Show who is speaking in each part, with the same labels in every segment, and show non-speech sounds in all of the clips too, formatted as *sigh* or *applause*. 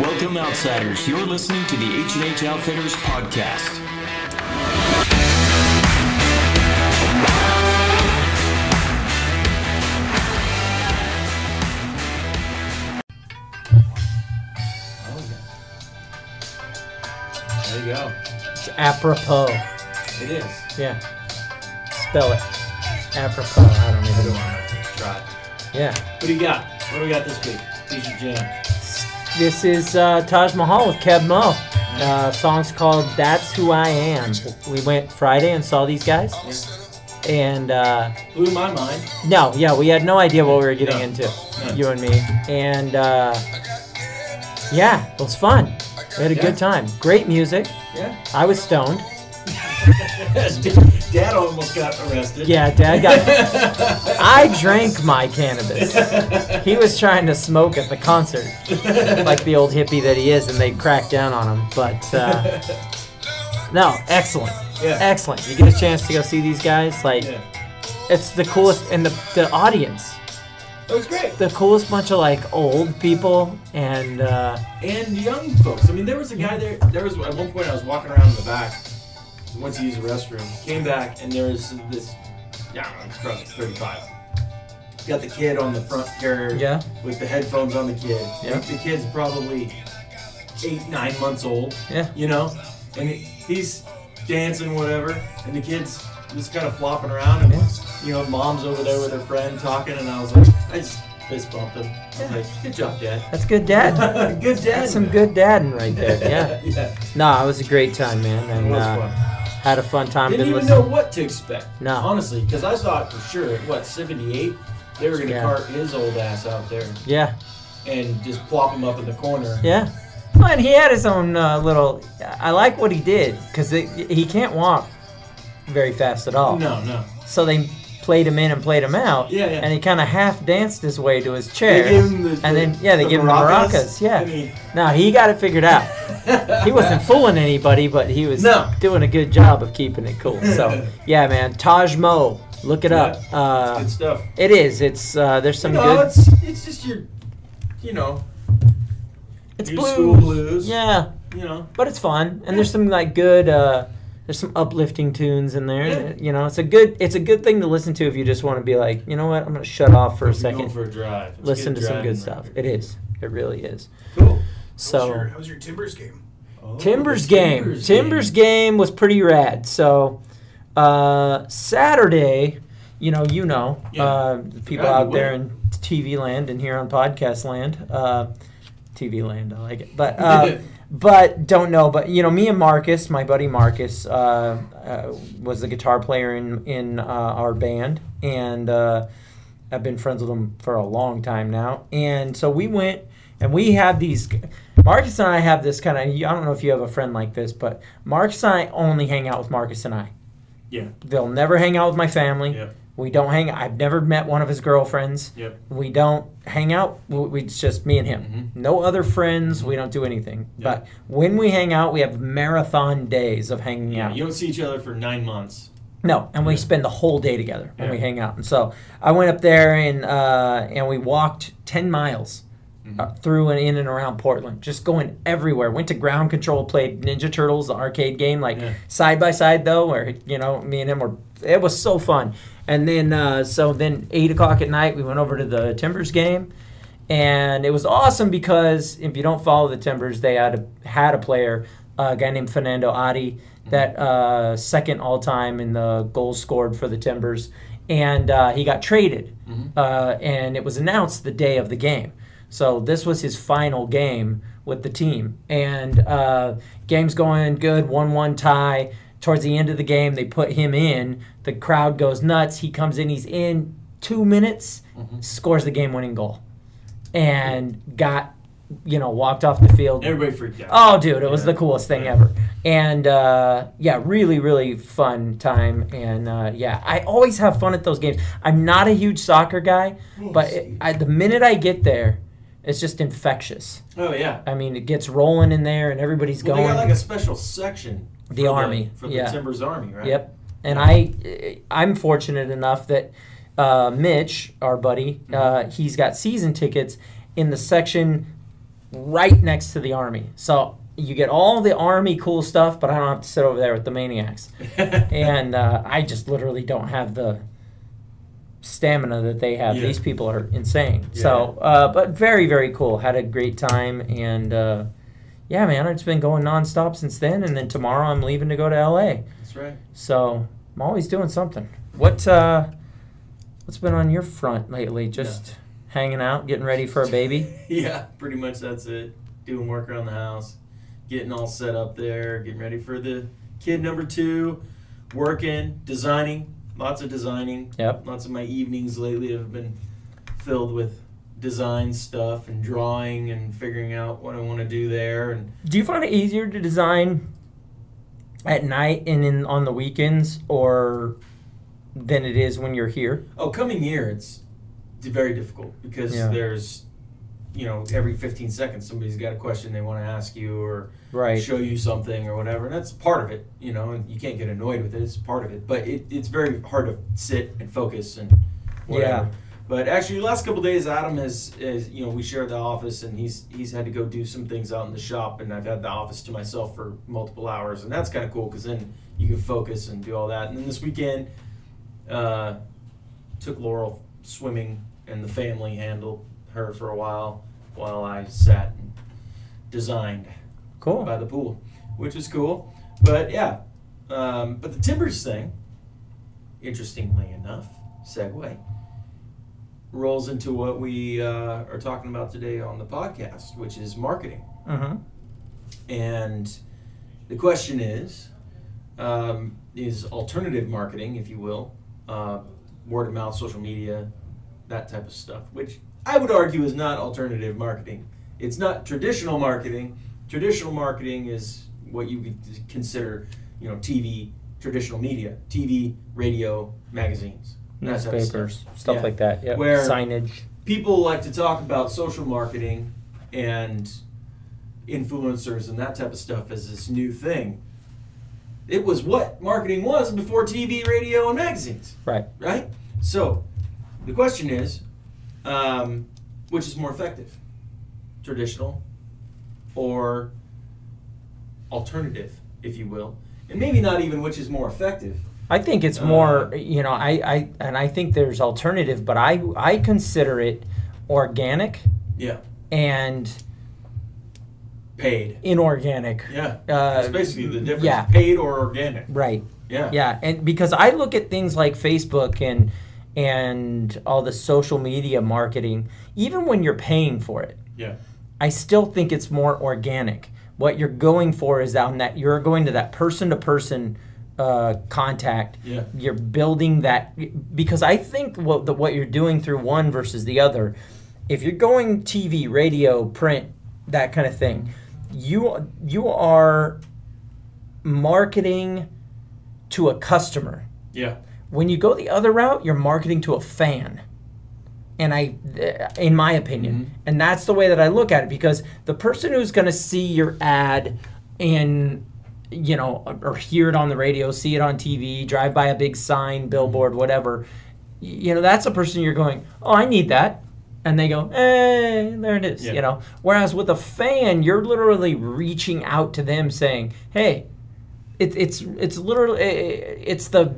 Speaker 1: Welcome, outsiders. You're listening to the H&H Outfitters podcast.
Speaker 2: There you go.
Speaker 3: It's apropos.
Speaker 2: It is.
Speaker 3: Yeah. Spell it. Apropos. I don't even know.
Speaker 2: Try.
Speaker 3: Yeah.
Speaker 2: What do you got? What do we got this week? Who's your jam?
Speaker 3: This is uh, Taj Mahal with Kev Mo. Uh, song's called That's Who I Am. We went Friday and saw these guys. And uh,
Speaker 2: Blew my mind.
Speaker 3: no, yeah, we had no idea what we were getting
Speaker 2: No.
Speaker 3: into,
Speaker 2: No.
Speaker 3: you and me. And uh, yeah, it was fun. We had a
Speaker 2: Yeah.
Speaker 3: good time. Great music.
Speaker 2: Yeah. *laughs*
Speaker 3: I was stoned.
Speaker 2: Dad almost got arrested.
Speaker 3: Yeah, Dad got.
Speaker 2: *laughs*
Speaker 3: *laughs* I drank my cannabis. He was trying to smoke at the concert, like the old hippie that he is, and they cracked down on him. But uh, no, excellent,
Speaker 2: Yeah.
Speaker 3: excellent. You get a chance to go see these guys. Like
Speaker 2: Yeah.
Speaker 3: it's the coolest, and the the audience,
Speaker 2: It was great.
Speaker 3: the coolest bunch of like old people, and uh,
Speaker 2: And young folks. I mean, there was a guy there. There was at one point I was walking around in the back, went to use the restroom, came back, and there was this. Yeah, I don't know, he's probably 35. Got the kid on the front carrier.
Speaker 3: Yeah.
Speaker 2: With the headphones on the kid.
Speaker 3: Yeah.
Speaker 2: The kid's probably eight, nine months old.
Speaker 3: Yeah.
Speaker 2: You know, and he- he's dancing whatever, and the kid's just kind of flopping around, and you know, mom's over there with her friend talking, and I was like, I just fist bumped him. I was like, good job, dad.
Speaker 3: that's good, Dad.
Speaker 2: *laughs* good dad.
Speaker 3: That's some good dadding right there. Yeah.
Speaker 2: *laughs* yeah.
Speaker 3: No, it was a great time, man,
Speaker 2: It
Speaker 3: and
Speaker 2: was
Speaker 3: uh,
Speaker 2: fun.
Speaker 3: had a fun time.
Speaker 2: Didn't
Speaker 3: Been
Speaker 2: even
Speaker 3: listening-
Speaker 2: know what to expect.
Speaker 3: No.
Speaker 2: Honestly, because I thought for sure, what, 78? They were going to
Speaker 3: Yeah.
Speaker 2: cart his old ass out there
Speaker 3: Yeah.
Speaker 2: and just plop him up in the corner.
Speaker 3: Yeah. Well, and he had his own uh, little. I like what he did because he can't walk very fast at all.
Speaker 2: No, no.
Speaker 3: So they played him in and played him out.
Speaker 2: Yeah, yeah.
Speaker 3: And he kind of half danced his way to his
Speaker 2: They
Speaker 3: chair.
Speaker 2: gave him the,
Speaker 3: and then yeah, they
Speaker 2: the
Speaker 3: gave him the maracas. Yeah.
Speaker 2: And he-
Speaker 3: no, he got it figured out.
Speaker 2: *laughs*
Speaker 3: he wasn't fooling anybody, but he was
Speaker 2: No.
Speaker 3: doing a good job of keeping it cool.
Speaker 2: *laughs*
Speaker 3: So yeah, man, Taj Mo, look it up.
Speaker 2: Yeah.
Speaker 3: Uh,
Speaker 2: good stuff.
Speaker 3: it is. It's uh, there's some
Speaker 2: no,
Speaker 3: good.
Speaker 2: it's it's just your, you know,
Speaker 3: It's
Speaker 2: new school blues.
Speaker 3: Yeah.
Speaker 2: you know.
Speaker 3: but it's fun and there's some like good uh there's some uplifting tunes in there
Speaker 2: Yeah.
Speaker 3: you know it's a good it's a good thing to listen to if you just want to be like you know what i'm gonna shut off for a
Speaker 2: Going
Speaker 3: second
Speaker 2: for a drive. It's
Speaker 3: listen to some
Speaker 2: driving
Speaker 3: good stuff
Speaker 2: record.
Speaker 3: it is it really is
Speaker 2: Cool.
Speaker 3: so
Speaker 4: How was your, how was your Timbers game?
Speaker 2: Oh,
Speaker 3: timbers
Speaker 2: the
Speaker 3: game timbers, game was pretty rad so uh saturday you know you know
Speaker 2: Yeah.
Speaker 3: uh people
Speaker 2: Yeah, you
Speaker 3: out there
Speaker 2: will.
Speaker 3: in tv land and here on podcast land uh tv land i like
Speaker 2: *laughs*
Speaker 3: it but uh but don't know. But you know, me and Marcus, my buddy Marcus, uh, uh, was the guitar player in in uh, our band, and uh, I've been friends with him for a long time now. And so we went, and we have these. Marcus and I have this kind of. I don't know if you have a friend like this, but Marcus and I only hang out with Marcus and I.
Speaker 2: Yeah.
Speaker 3: They'll never hang out with my family.
Speaker 2: Yep.
Speaker 3: We don't hang. I've never met one of his girlfriends.
Speaker 2: Yep.
Speaker 3: We don't hang out. We, we- it's just me and him. No other friends. We don't do anything.
Speaker 2: Mm-hmm. Yeah.
Speaker 3: But when we hang out, we have marathon days of hanging
Speaker 2: Yeah.
Speaker 3: out.
Speaker 2: You don't see each other for nine months.
Speaker 3: No, and we
Speaker 2: Yeah.
Speaker 3: spend the whole day together when we
Speaker 2: Yeah.
Speaker 3: hang out. And so I went up there and uh, and we walked ten miles
Speaker 2: Mm-hmm.
Speaker 3: uh, through and in and around Portland, just going everywhere. Went to ground control, played Ninja Turtles, the arcade game, like
Speaker 2: Yeah.
Speaker 3: side by side though, where you know me and him were. It was so fun. And then uh, so then eight o'clock at night, we went over to the Timbers game. And it was awesome because if you don't follow the Timbers, they had a, had a player, a guy named Fernando Adi, that uh, second all time in the goals scored for the Timbers, and uh, he got traded, uh, and it was announced the day of the game. So this was his final game with the team, and uh, game's going good, one-one tie. Towards the end of the game, they put him in. The crowd goes nuts. He comes in. He's in two minutes, scores the game-winning goal and got you know walked off the field.
Speaker 2: Everybody freaked out.
Speaker 3: Oh, dude, it was
Speaker 2: Yeah.
Speaker 3: the coolest thing ever. And uh, yeah, really, really fun time. And uh, yeah, I always have fun at those games. I'm not a huge soccer guy, but it, I, the minute I get there, it's just infectious.
Speaker 2: Oh yeah.
Speaker 3: I mean, it gets rolling in there, and everybody's
Speaker 2: Well,
Speaker 3: going.
Speaker 2: they got like a special section. for
Speaker 3: Army,
Speaker 2: for the
Speaker 3: yeah.
Speaker 2: Timbers Army, right? *laughs*
Speaker 3: Yep. And I, I'm fortunate enough that
Speaker 2: Mm-hmm.
Speaker 3: uh, Mitch, our buddy, uh, he's got season tickets in the section right next to the army. So you get all the army cool stuff, but I don't have to sit over there with the maniacs. and uh, I just literally don't have the stamina that they have.
Speaker 2: Yeah.
Speaker 3: These people are insane. So, uh, but very very cool. Had a great time and. Uh, yeah, man, it's been going nonstop since then, and then tomorrow I'm leaving to go to LA.
Speaker 2: That's right.
Speaker 3: So I'm always doing something. What uh, what's been on your front lately? Just hanging out, getting ready for a baby.
Speaker 2: *laughs* Yeah, pretty much that's it. Doing work around the house, getting all set up there, getting ready for the kid number two, working, designing, lots of designing.
Speaker 3: Yep.
Speaker 2: Lots of my evenings lately have been filled with design stuff and drawing and figuring out what I want to do there and
Speaker 3: Do you find it easier to design at night and in on the weekends, or than it is when you're here?
Speaker 2: Oh, coming year, it's d- very difficult because
Speaker 3: Yeah.
Speaker 2: there's, you know, every 15 seconds somebody's got a question they want to ask you or
Speaker 3: Right.
Speaker 2: show you something or whatever. And that's part of it, you know, and you can't get annoyed with it. It's part of it. But it, it's very hard to sit and focus and whatever.
Speaker 3: Yeah.
Speaker 2: But actually, the last couple of days, Adam has, is, you know, we share the office and he's he's had to go do some things out in the shop. And I've had the office to myself for multiple hours. And that's kind of cool because then you can focus and do all that. And then this weekend, uh, took Laurel swimming and the family handled her for a while while I sat and designed by
Speaker 3: Cool.
Speaker 2: the pool, which is cool. But yeah, um, but the Timbers thing, interestingly enough, segue rolls into what we uh, are talking about today on the podcast, which is marketing.
Speaker 3: Mm-hmm.
Speaker 2: And the question is um, is alternative marketing, if you will, uh, word of mouth, social media, that type of stuff, which I would argue is not alternative marketing. It's not traditional marketing. Traditional marketing is what you would consider, you know, TV, traditional media, TV, radio, magazines, that type of stuff
Speaker 3: Newspapers, stuff
Speaker 2: Yeah.
Speaker 3: like that. Yeah.
Speaker 2: Where-
Speaker 3: Signage.
Speaker 2: people like to talk about social marketing and influencers and that type of stuff as this new thing. It was what marketing was before TV, radio, and magazines,
Speaker 3: Right.
Speaker 2: right? So the question is um, which is more effective, traditional or alternative, if you will? And maybe not even which is more effective.
Speaker 3: I think it's
Speaker 2: Uh,
Speaker 3: more, you know, I, I and I think there's alternative, but I I consider it organic
Speaker 2: Yeah.
Speaker 3: and
Speaker 2: Paid.
Speaker 3: inorganic.
Speaker 2: Yeah.
Speaker 3: Uh,
Speaker 2: That's basically the difference.
Speaker 3: yeah.
Speaker 2: Paid or organic.
Speaker 3: Right.
Speaker 2: Yeah.
Speaker 3: Yeah, and because I look at things like Facebook and and all the social media marketing, even when you're paying for it,
Speaker 2: Yeah.
Speaker 3: I still think it's more organic. What you're going for is on that you're going to that person to person contact.
Speaker 2: Yeah.
Speaker 3: You're building that because I think what the, what you're doing through one versus the other. If you're going TV, radio, print, that kind of thing, you you are marketing to a customer.
Speaker 2: Yeah.
Speaker 3: When you go the other route, you're marketing to a fan. And I, in my opinion, and that's the way that I look at it because the person who's going to see your ad in, you know, or hear it on the radio, see it on TV, drive by a big sign, billboard, whatever, you know, that's a person you're going, oh, I need that. And they go, hey, there it is,
Speaker 2: Yeah.
Speaker 3: you know. Whereas with a fan, you're literally reaching out to them saying, hey, it, it's it's literally it's the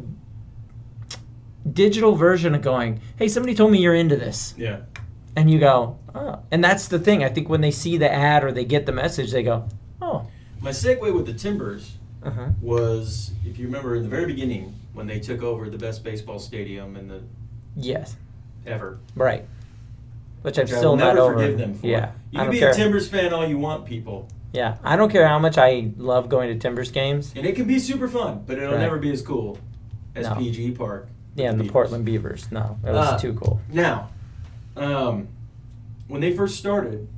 Speaker 3: digital version of going hey somebody told me you're into this
Speaker 2: Yeah.
Speaker 3: and you go oh and that's the thing i think when they see the ad or they get the message they go oh
Speaker 2: My segue with the Timbers
Speaker 3: uh-huh
Speaker 2: was, if you remember, in the very beginning when they took over the best baseball stadium in the
Speaker 3: yes
Speaker 2: ever.
Speaker 3: right which i'm
Speaker 2: which I
Speaker 3: still
Speaker 2: will
Speaker 3: not
Speaker 2: never
Speaker 3: over
Speaker 2: forgive them for.
Speaker 3: yeah
Speaker 2: You
Speaker 3: i
Speaker 2: can
Speaker 3: don't
Speaker 2: be
Speaker 3: care
Speaker 2: a Timbers fan all you want, people,
Speaker 3: yeah i don't care how much i love going to timbers games
Speaker 2: and it can be super fun, but it'll
Speaker 3: Right.
Speaker 2: never be as cool as
Speaker 3: No.
Speaker 2: PG Park. with
Speaker 3: yeah and the
Speaker 2: Beavers.
Speaker 3: portland beavers no that was
Speaker 2: Uh,
Speaker 3: too cool
Speaker 2: Now, um, when they first started,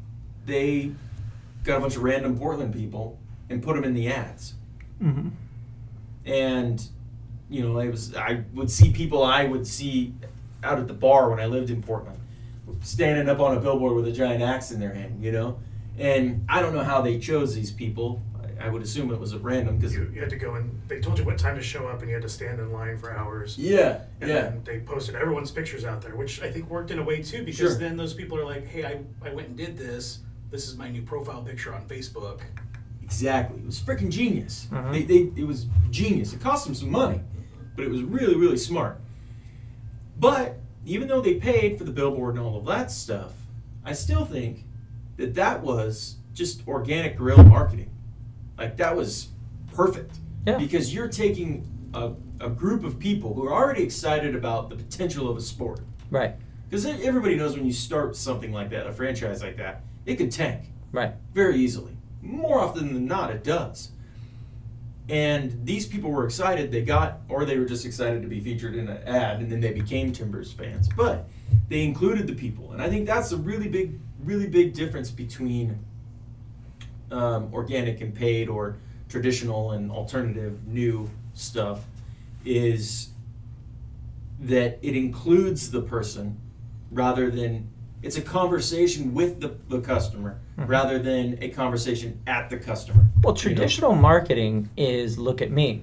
Speaker 2: they got a bunch of random Portland people and put them in the ads.
Speaker 3: mm-hmm.
Speaker 2: and you know it was i would see people i would see out at the bar when i lived in portland standing up on a billboard with a giant axe in their hand you know and i don't know how they chose these people i, I would assume it was at random because
Speaker 4: you, you had to go and they told you what time to show up and you had to stand in line for hours
Speaker 2: yeah
Speaker 4: and
Speaker 2: yeah
Speaker 4: then they posted everyone's pictures out there which i think worked in a way too because
Speaker 2: Sure.
Speaker 4: then those people are like hey I, I went and did this
Speaker 5: this is my new profile picture on Facebook.
Speaker 2: Exactly. It was freaking genius. They, they, it was genius. It cost them some money, but it was really, really smart. But even though they paid for the billboard and all of that stuff, I still think that that was just organic guerrilla marketing. Like, that was perfect.
Speaker 3: Yeah.
Speaker 2: Because you're taking a, a group of people who are already excited about the potential of a sport.
Speaker 3: Right.
Speaker 2: Because everybody knows when you start something like that, a franchise like that, it could tank
Speaker 3: Right.
Speaker 2: very easily. More often than not, it does. And these people were excited they got, or they were just excited to be featured in an ad, and then they became Timbers fans. But they included the people, and I think that's a really big, really big difference between um, organic and paid, or traditional and alternative, new stuff, is that it includes the person rather than it's a conversation with the, the customer rather than a conversation at the customer.
Speaker 3: Mm-hmm. Well,
Speaker 2: you know?
Speaker 3: traditional marketing is look at me.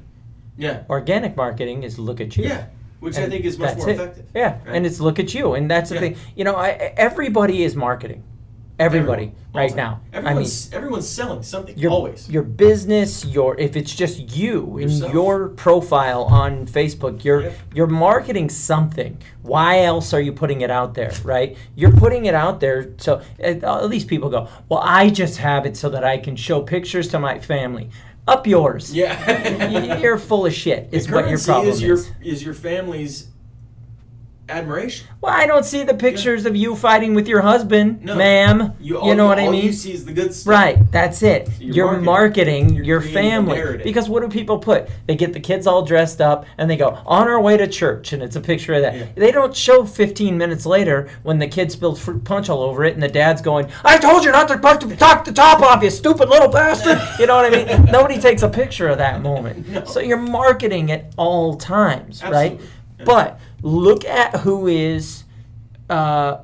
Speaker 2: Yeah.
Speaker 3: Organic marketing is look at you.
Speaker 2: Yeah. Which I
Speaker 3: And
Speaker 2: think is much
Speaker 3: that's
Speaker 2: more
Speaker 3: it.
Speaker 2: effective.
Speaker 3: Yeah,
Speaker 2: right?
Speaker 3: and it's look at you, and that's the
Speaker 2: Yeah.
Speaker 3: thing. You know, I, everybody is marketing. Everybody
Speaker 2: Everyone, all
Speaker 3: right
Speaker 2: the
Speaker 3: now.
Speaker 2: time. Everyone's, everyone's selling
Speaker 3: I
Speaker 2: something,
Speaker 3: mean, your,
Speaker 2: always.
Speaker 3: your business, your if it's just you
Speaker 2: Yourself.
Speaker 3: in your profile on Facebook, you're
Speaker 2: Yep.
Speaker 3: you're marketing something. Why else are you putting it out there, right? You're putting it out there so uh, all these people go, "Well, I just have it so that I can show pictures to my family." Up yours.
Speaker 2: yeah.
Speaker 3: *laughs* You're full of shit. Is what your
Speaker 2: Currency
Speaker 3: problem
Speaker 2: is your, is your family's admiration.
Speaker 3: Well, I don't see the pictures of you fighting with your husband,
Speaker 2: No.
Speaker 3: ma'am. You,
Speaker 2: You, all,
Speaker 3: know what I
Speaker 2: all
Speaker 3: mean?
Speaker 2: you see is the good stuff.
Speaker 3: Right, that's it.
Speaker 2: you're
Speaker 3: You're, marketing,
Speaker 2: marketing. You're
Speaker 3: your
Speaker 2: creating a
Speaker 3: family.
Speaker 2: narrative.
Speaker 3: Because what do people put? They get the kids all dressed up and they go, on our way to church, and it's a picture of that.
Speaker 2: Yeah.
Speaker 3: They don't show 15 minutes later when the kid spilled fruit punch all over it and the dad's going, I told you not to put the- talk the top off, you stupid little bastard. You know what I
Speaker 2: *laughs*
Speaker 3: mean? Nobody takes a picture of that moment. So you're marketing at all times, right?
Speaker 2: Absolutely. Yeah.
Speaker 3: But look at who is uh,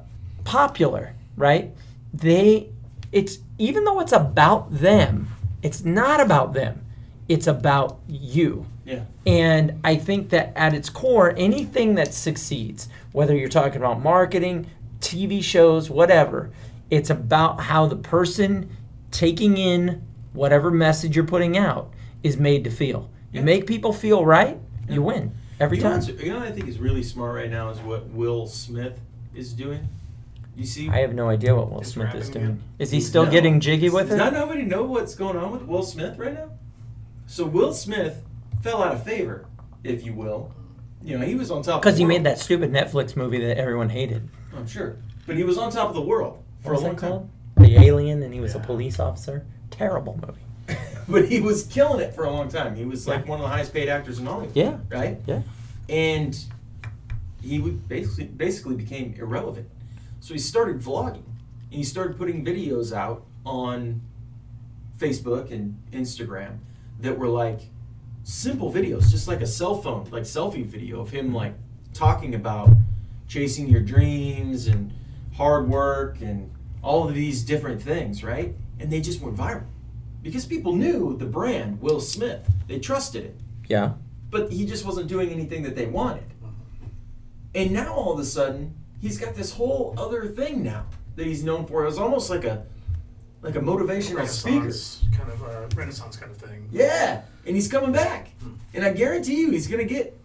Speaker 3: popular, right? They, it's even though it's about them, it's not about them. It's about you.
Speaker 2: Yeah.
Speaker 3: And I think that at its core, anything that succeeds, whether you're talking about marketing, TV shows, whatever, it's about how the person taking in whatever message you're putting out is made to feel. You
Speaker 2: Yeah.
Speaker 3: make people feel right, you win every
Speaker 2: You know,
Speaker 3: time.
Speaker 2: what's- you know what I think is really smart right now is what Will Smith is doing. You see,
Speaker 3: I have no idea what Will
Speaker 4: Is
Speaker 3: Smith is
Speaker 4: rapping
Speaker 3: doing.
Speaker 4: again?
Speaker 3: Is he still
Speaker 2: No.
Speaker 3: getting jiggy with
Speaker 2: does
Speaker 3: it?
Speaker 2: not nobody know what's going on with Will Smith right now? So Will Smith fell out of favor, if you will. You know, he was on top of
Speaker 3: Because
Speaker 2: the
Speaker 3: he
Speaker 2: world.
Speaker 3: made that stupid Netflix movie that everyone hated.
Speaker 2: I'm sure, but he was on top of the world for
Speaker 3: What was
Speaker 2: a long
Speaker 3: that
Speaker 2: time.
Speaker 3: called? The Alien, and he was a
Speaker 4: Yeah.
Speaker 3: police officer. Terrible movie.
Speaker 2: *laughs* But he was killing it for a long time. He was like
Speaker 3: Yeah.
Speaker 2: one of the highest paid actors in Hollywood.
Speaker 3: Yeah.
Speaker 2: Right.
Speaker 3: Yeah.
Speaker 2: And he would basically basically became irrelevant. So he started vlogging, and he started putting videos out on Facebook and Instagram that were like simple videos, just like a cell phone, like selfie video of him like talking about chasing your dreams and hard work and all of these different things, right? And they just went viral because people knew the brand Will Smith. They trusted it,
Speaker 3: Yeah.
Speaker 2: but he just wasn't doing anything that they wanted. And now all of a sudden, he's got this whole other thing now that he's known for. It was almost like a like a motivational speaker.
Speaker 4: Renaissance kind of uh, Renaissance kind of thing.
Speaker 2: Yeah, and he's coming back, and I guarantee you, he's gonna get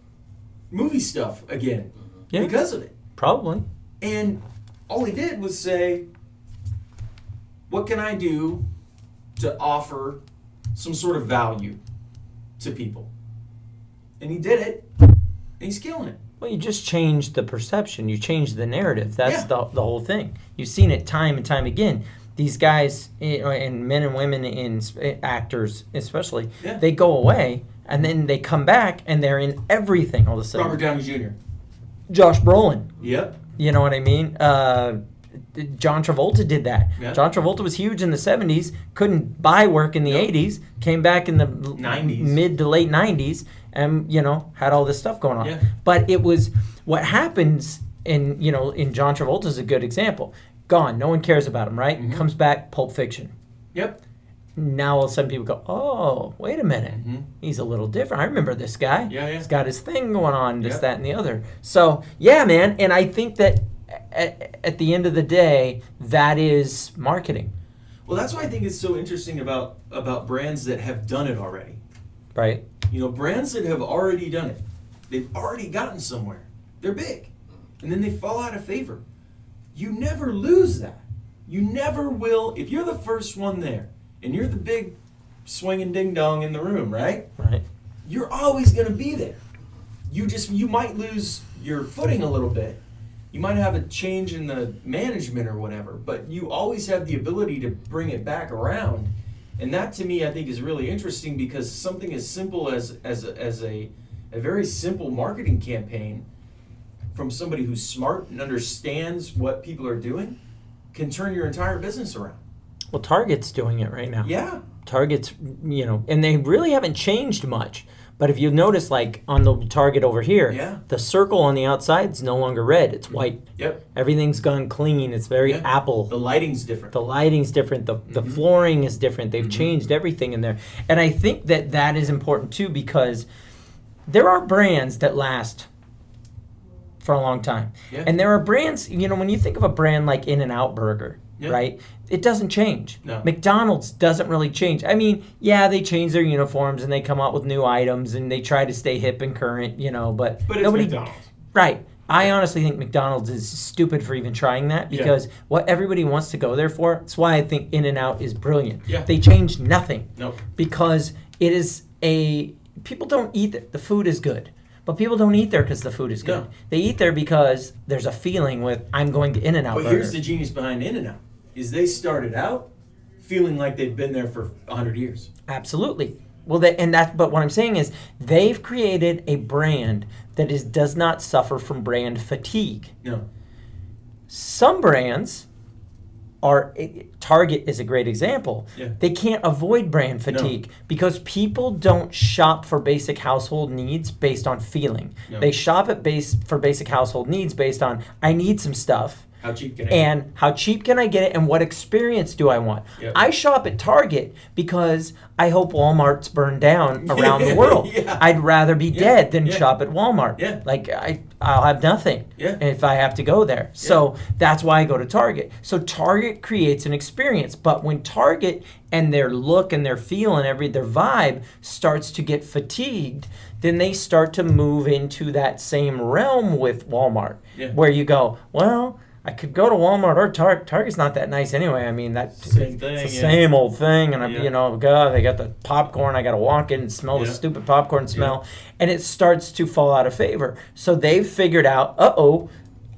Speaker 2: movie stuff again
Speaker 3: Yeah.
Speaker 2: because of it.
Speaker 3: Probably.
Speaker 2: And all he did was say, What can I do to offer some sort of value to people? And he did it, and he's killing it.
Speaker 3: Well, you just change the perception. You change the narrative. That's
Speaker 2: Yeah.
Speaker 3: the, the whole thing. You've seen it time and time again. These guys you know, and men and women in sp- actors, especially,
Speaker 2: Yeah.
Speaker 3: they go away and then they come back and they're in everything all of a sudden.
Speaker 2: Robert Downey Jr.
Speaker 3: Josh Brolin.
Speaker 2: Yep.
Speaker 3: You know what I mean? Uh, John Travolta did that.
Speaker 2: Yeah.
Speaker 3: John Travolta was huge in the 70s, couldn't buy work in the 80s, came back in the
Speaker 2: 90s.
Speaker 3: mid to late 90s, and, you know, had all this stuff going on.
Speaker 2: Yeah.
Speaker 3: But it was what happens in, you know, in John Travolta's a good example. Gone, no one cares about him,
Speaker 2: Mm-hmm.
Speaker 3: right? Comes back, Pulp Fiction.
Speaker 2: Yep.
Speaker 3: Now all of a sudden people go, oh, wait a minute,
Speaker 2: Mm-hmm.
Speaker 3: he's a little different. I remember this guy.
Speaker 2: Yeah, yeah.
Speaker 3: He's got his thing going on, this,
Speaker 2: Yeah.
Speaker 3: that, and the other. So yeah, man. And I think that at, at the end of the day, that is marketing.
Speaker 2: Well, that's why I think it's so interesting about about brands that have done it already.
Speaker 3: right?
Speaker 2: You know, brands that have already done it, they've already gotten somewhere. They're big, and then they fall out of favor. You never lose that. You never will. If you're the first one there, and you're the big swinging ding dong in the room, right?
Speaker 3: Right.
Speaker 2: You're always going to be there. You just you might lose your footing a little bit. You might have a change in the management or whatever, but you always have the ability to bring it back around. And that to me I think is really interesting because something as simple as as a, as a a very simple marketing campaign from somebody who's smart and understands what people are doing can turn your entire business around.
Speaker 3: Well, Target's doing it right now.
Speaker 2: Yeah.
Speaker 3: Target's, you know, and they really haven't changed much. But if you notice, like on the Target over here,
Speaker 2: Yeah.
Speaker 3: the circle on the outside's no longer red; it's white.
Speaker 2: Yep.
Speaker 3: Everything's gone clean. It's very
Speaker 2: Yeah.
Speaker 3: Apple.
Speaker 2: The lighting's different.
Speaker 3: the lighting's different the, the
Speaker 2: Mm-hmm.
Speaker 3: flooring is different they've changed everything in there and i think that that is important too because there are brands that last for a long time
Speaker 2: Yeah.
Speaker 3: and there are brands you know when you think of a brand like in and out burger
Speaker 2: Yeah.
Speaker 3: right it doesn't change
Speaker 2: No.
Speaker 3: mcdonald's doesn't really change i mean yeah they change their uniforms and they come out with new items and they try to stay hip and current you know but,
Speaker 2: but it's
Speaker 3: nobody
Speaker 2: McDonald's.
Speaker 3: Right. I honestly think McDonald's is stupid for even trying that
Speaker 2: Yeah.
Speaker 3: because what everybody wants to go there for. That's why I think In and Out is brilliant.
Speaker 2: Yeah.
Speaker 3: They change nothing.
Speaker 2: Nope.
Speaker 3: Because it is a people don't eat there. The food is good. But people don't eat there because the food is good.
Speaker 2: No.
Speaker 3: They eat there because there's a feeling with I'm going to In and Out.
Speaker 2: But here's the genius behind In and Out is they started out feeling like they've been there for hundred years.
Speaker 3: Absolutely. Well, that and that. But what I'm saying is, they've created a brand that is does not suffer from brand fatigue.
Speaker 2: No.
Speaker 3: some brands are eh, Target is a great example.
Speaker 2: Yeah.
Speaker 3: They can't avoid brand fatigue because people don't shop for basic household needs based on feeling.
Speaker 2: No.
Speaker 3: They shop at base for basic household needs based on I need some stuff
Speaker 2: How cheap can I get?
Speaker 3: and how cheap can I get it and what experience do I want?
Speaker 2: Yep.
Speaker 3: I shop at Target because I hope Walmart's
Speaker 2: *laughs*
Speaker 3: burned down around the world.
Speaker 2: Yeah.
Speaker 3: I'd rather be dead than
Speaker 2: yeah.
Speaker 3: shop at Walmart.
Speaker 2: Yeah.
Speaker 3: Like I I'll have nothing
Speaker 2: Yeah.
Speaker 3: if I have to go there. So that's why I go to Target. So Target creates an experience, but when Target and their look and their feel and every their vibe starts to get fatigued, then they start to move into that same realm with Walmart
Speaker 2: Yeah.
Speaker 3: where you go, well, I could go to Walmart or Target. Target's not that nice anyway. I mean, that
Speaker 2: Same
Speaker 3: it's
Speaker 2: thing,
Speaker 3: the
Speaker 2: yeah.
Speaker 3: same old thing. And I,
Speaker 2: Yeah.
Speaker 3: you know, God, they got the popcorn. I got to walk in and smell
Speaker 2: Yeah.
Speaker 3: the stupid popcorn smell, and it starts to fall out of favor. So they've figured out, uh oh,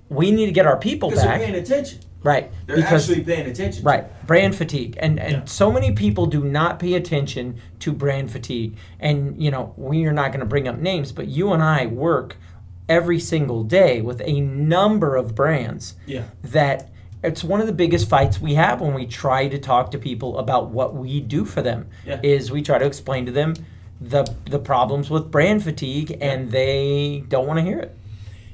Speaker 3: we need to get our people
Speaker 2: Because they're
Speaker 3: back,
Speaker 2: paying attention.
Speaker 3: right?
Speaker 2: They're actually paying attention.
Speaker 3: Right. Brand fatigue. And and
Speaker 2: Yeah.
Speaker 3: so many people do not pay attention to brand fatigue. And you know, we are not going to bring up names, but you and I work every single day with a number of brands
Speaker 2: Yeah.
Speaker 3: that it's one of the biggest fights we have when we try to talk to people about what we do for them
Speaker 2: Yeah.
Speaker 3: is we try to explain to them the the problems with brand fatigue and they don't want to hear it.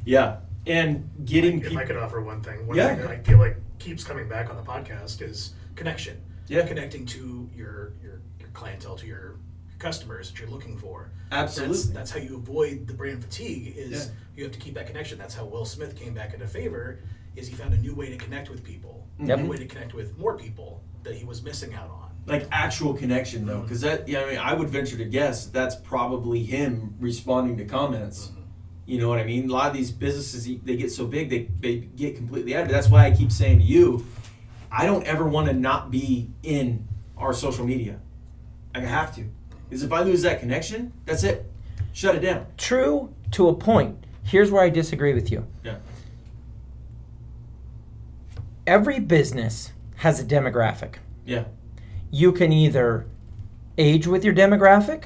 Speaker 2: Yeah. And getting
Speaker 4: If I
Speaker 2: people.
Speaker 4: could offer one thing, one
Speaker 2: Yeah.
Speaker 4: thing that I feel like keeps coming back on the podcast is
Speaker 5: Connection.
Speaker 2: Yeah.
Speaker 5: Connecting to your your, your clientele, to your, your customers that you're looking for.
Speaker 2: Absolutely.
Speaker 5: That's, that's how you avoid the brand fatigue is
Speaker 2: Yeah.
Speaker 5: you have to keep that connection. That's how Will Smith came back into favor is he found a new way to connect with people.
Speaker 3: Yep.
Speaker 5: A new way to connect with more people that he was missing out on.
Speaker 2: Like actual connection though, because that yeah, I mean, I would venture to guess that's probably him responding to comments. You know what I mean? A lot of these businesses they get so big they, they get completely out of it. That's why I keep saying to you, I don't ever want to not be in our social media. I have to, because if I lose that connection, that's it. Shut it down.
Speaker 3: True to a point. Here's where I disagree with you.
Speaker 2: Yeah.
Speaker 3: Every business has a demographic.
Speaker 2: Yeah.
Speaker 3: you can either age with your demographic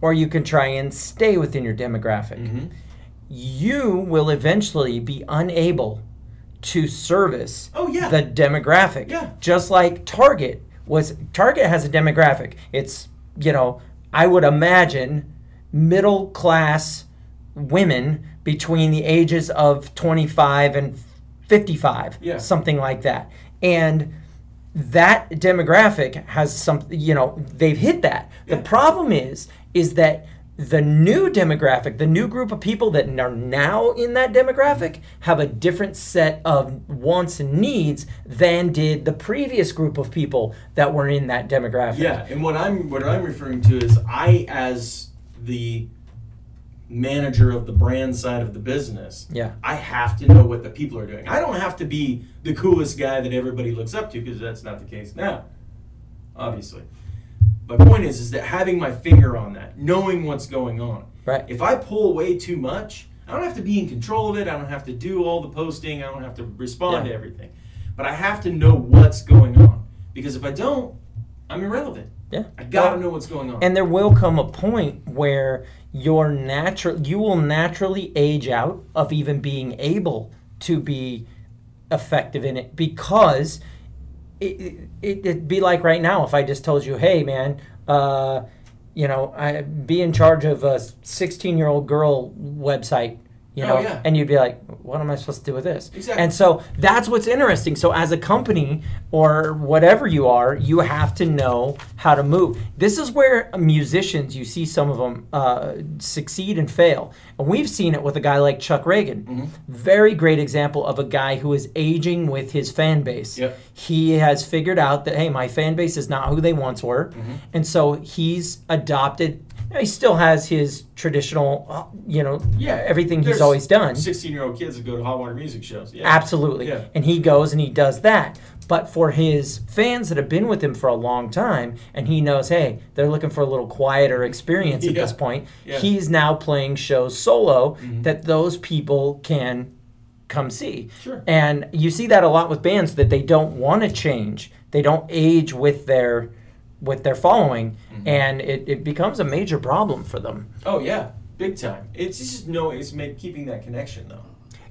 Speaker 3: or you can try and stay within your demographic.
Speaker 2: Mm-hmm.
Speaker 3: You will eventually be unable to service
Speaker 2: Oh, yeah.
Speaker 3: the demographic.
Speaker 2: Yeah.
Speaker 3: Just like Target was Target has a demographic. It's, you know, I would imagine middle class women between the ages of 25 and 55,
Speaker 2: Yeah.
Speaker 3: something like that. And that demographic has some you know they've hit that the problem is is that the new demographic, the new group of people that n- are now in that demographic, have a different set of wants and needs than did the previous group of people that were in that demographic.
Speaker 2: Yeah, and what I'm what I'm referring to is I as the manager of the brand side of the business.
Speaker 3: Yeah.
Speaker 2: I have to know what the people are doing. I don't have to be the coolest guy that everybody looks up to because that's not the case now. Obviously. My point is is that having my finger on that, knowing what's going on.
Speaker 3: Right.
Speaker 2: If I pull away too much, I don't have to be in control of it. I don't have to do all the posting. I don't have to respond to
Speaker 3: Yeah.
Speaker 2: everything. But I have to know what's going on because if I don't, I'm irrelevant.
Speaker 3: Yeah.
Speaker 2: I gotta know what's going on.
Speaker 3: And there will come a point where your natural you will naturally age out of even being able to be effective in it because it, it, it, it'd be like right now if I just told you, hey man, uh, you know, I be in charge of a 16 year old girl website. You
Speaker 2: Oh,
Speaker 3: know,
Speaker 2: yeah.
Speaker 3: and you'd be like, "What am I supposed to do with this?"
Speaker 2: Exactly.
Speaker 3: And so that's what's interesting. So as a company or whatever you are, you have to know how to move. This is where musicians, you see some of them uh, succeed and fail, and we've seen it with a guy like Chuck Reagan.
Speaker 2: Mm-hmm.
Speaker 3: Very great example of a guy who is aging with his fan base
Speaker 2: Yep.
Speaker 3: he has figured out that hey my fan base is not who they once were
Speaker 2: Mm-hmm.
Speaker 3: and so he's adopted he still has his traditional uh, you know everything he's
Speaker 2: There's
Speaker 3: always done
Speaker 2: 16 year old kids that go to hot water music shows. Yeah.
Speaker 3: absolutely
Speaker 2: Yeah.
Speaker 3: and he goes and he does that but for his fans that have been with him for a long time and he knows hey they're looking for a little quieter experience at
Speaker 2: Yeah.
Speaker 3: this point
Speaker 2: Yeah. Mm-hmm.
Speaker 3: he's now playing shows solo that those people can come see
Speaker 2: Sure.
Speaker 3: and you see that a lot with bands that they don't want to change they don't age with their with their following
Speaker 2: Mm-hmm.
Speaker 3: and it, it becomes a major problem for them
Speaker 2: Oh, yeah. Big time. It's just no, it's make, keeping that connection though.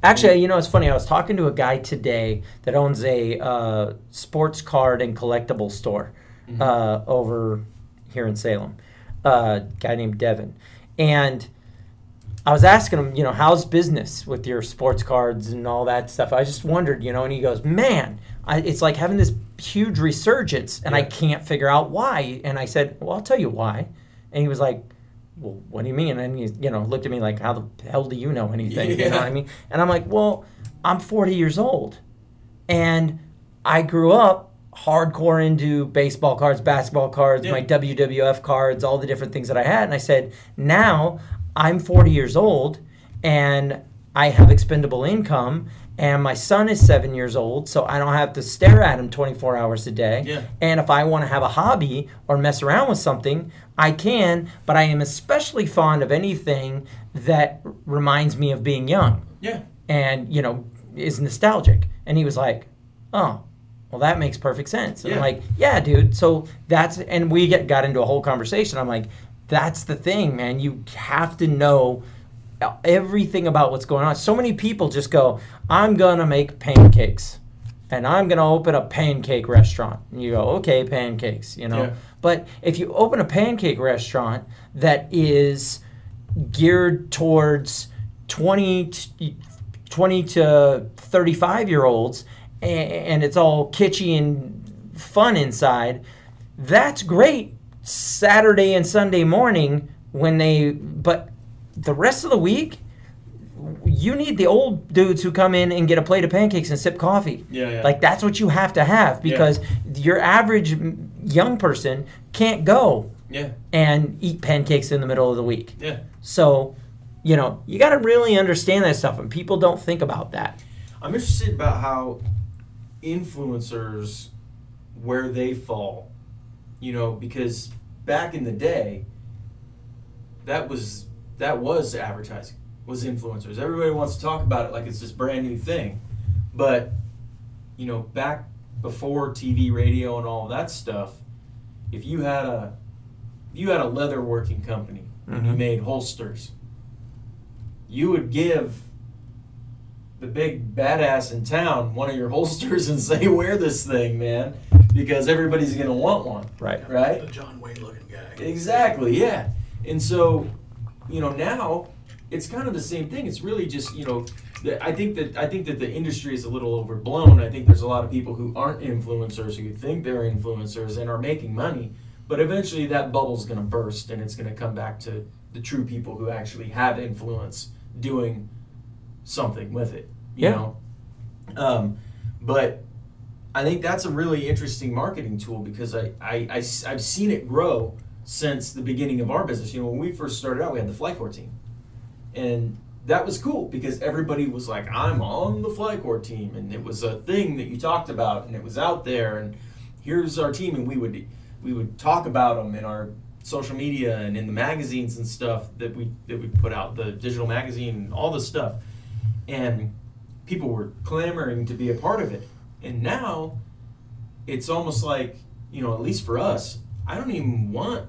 Speaker 3: Actually, you know, it's funny. I was talking to a guy today that owns a uh, sports card and collectible store uh, over here in Salem. uh, guy named Devin, and I was asking him, you know, how's business with your sports cards and all that stuff. I just wondered, you know, and he goes, man, I, it's like having this huge resurgence, and I
Speaker 2: Yeah.
Speaker 3: can't figure out why. And I said, well, I'll tell you why. And he was like. Well, what do you mean? And he, you know, looked at me like, "How the hell do you know anything?" You know
Speaker 2: Yeah.
Speaker 3: what I mean? And I'm like, "Well, I'm 40 years old, and I grew up hardcore into baseball cards, basketball cards,
Speaker 2: Yeah.
Speaker 3: my WWF cards, all the different things that I had. And I said, now I'm 40 years old and I have expendable income. And my son is seven years old, so I don't have to stare at him 24 hours a day.
Speaker 2: Yeah.
Speaker 3: And if I want to have a hobby or mess around with something, I can, but I am especially fond of anything that r- reminds me of being young
Speaker 2: Yeah.
Speaker 3: and you know is nostalgic and he was like oh well that makes perfect sense and i'm
Speaker 2: Yeah.
Speaker 3: like yeah dude so that's and we get got into a whole conversation i'm like that's the thing man you have to know everything about what's going on so many people just go i'm gonna make pancakes and i'm gonna open a pancake restaurant and you go okay pancakes you know
Speaker 2: Yeah.
Speaker 3: but if you open a pancake restaurant that is geared towards 20 t- 20 to 35 year olds a- and it's all kitschy and fun inside that's great saturday and sunday morning when they but the rest of the week you need the old dudes who come in and get a plate of pancakes and sip coffee
Speaker 2: Yeah, yeah.
Speaker 3: like that's what you have to have because your average mm, young person can't go
Speaker 2: Yeah.
Speaker 3: and eat pancakes in the middle of the week
Speaker 2: Yeah.
Speaker 3: so, you know, you got to really understand that stuff, and people don't think about that.
Speaker 2: I'm interested about how influencers where they fall. You know, because back in the day, that was that was advertising, was influencers. Everybody wants to talk about it like it's this brand new thing. But, you know, back before TV, radio and all that stuff, if you had a if you had a leather working company and you
Speaker 3: Mhm.
Speaker 2: made holsters, you would give the big badass in town one of your *laughs* holsters and say, "Wear this thing, man," because everybody's gonna want one.
Speaker 3: Right.
Speaker 2: Right.
Speaker 5: The John Wayne looking guy.
Speaker 2: Exactly. Yeah. And so, you know, now it's kind of the same thing. It's really just you know, the, I think that I think that the industry is a little overblown. I think there's a lot of people who aren't influencers who think they're influencers and are making money, but eventually that bubble's gonna burst and it's gonna come back to the true people who actually have influence doing something with it. You
Speaker 3: Yeah.
Speaker 2: know? Um, but I think that's a really interesting marketing tool because I, I, I s- I've seen it grow since the beginning of our business. You know, when we first started out, we had the Flycor team. And that was cool because everybody was like, I'm on the Flycor team. And it was a thing that you talked about and it was out there. And here's our team. And we would, we would talk about them in our social media and in the magazines and stuff that we, that we put out, the digital magazine and all this stuff. And people were clamoring to be a part of it. And now it's almost like, you know, at least for us, I don't even want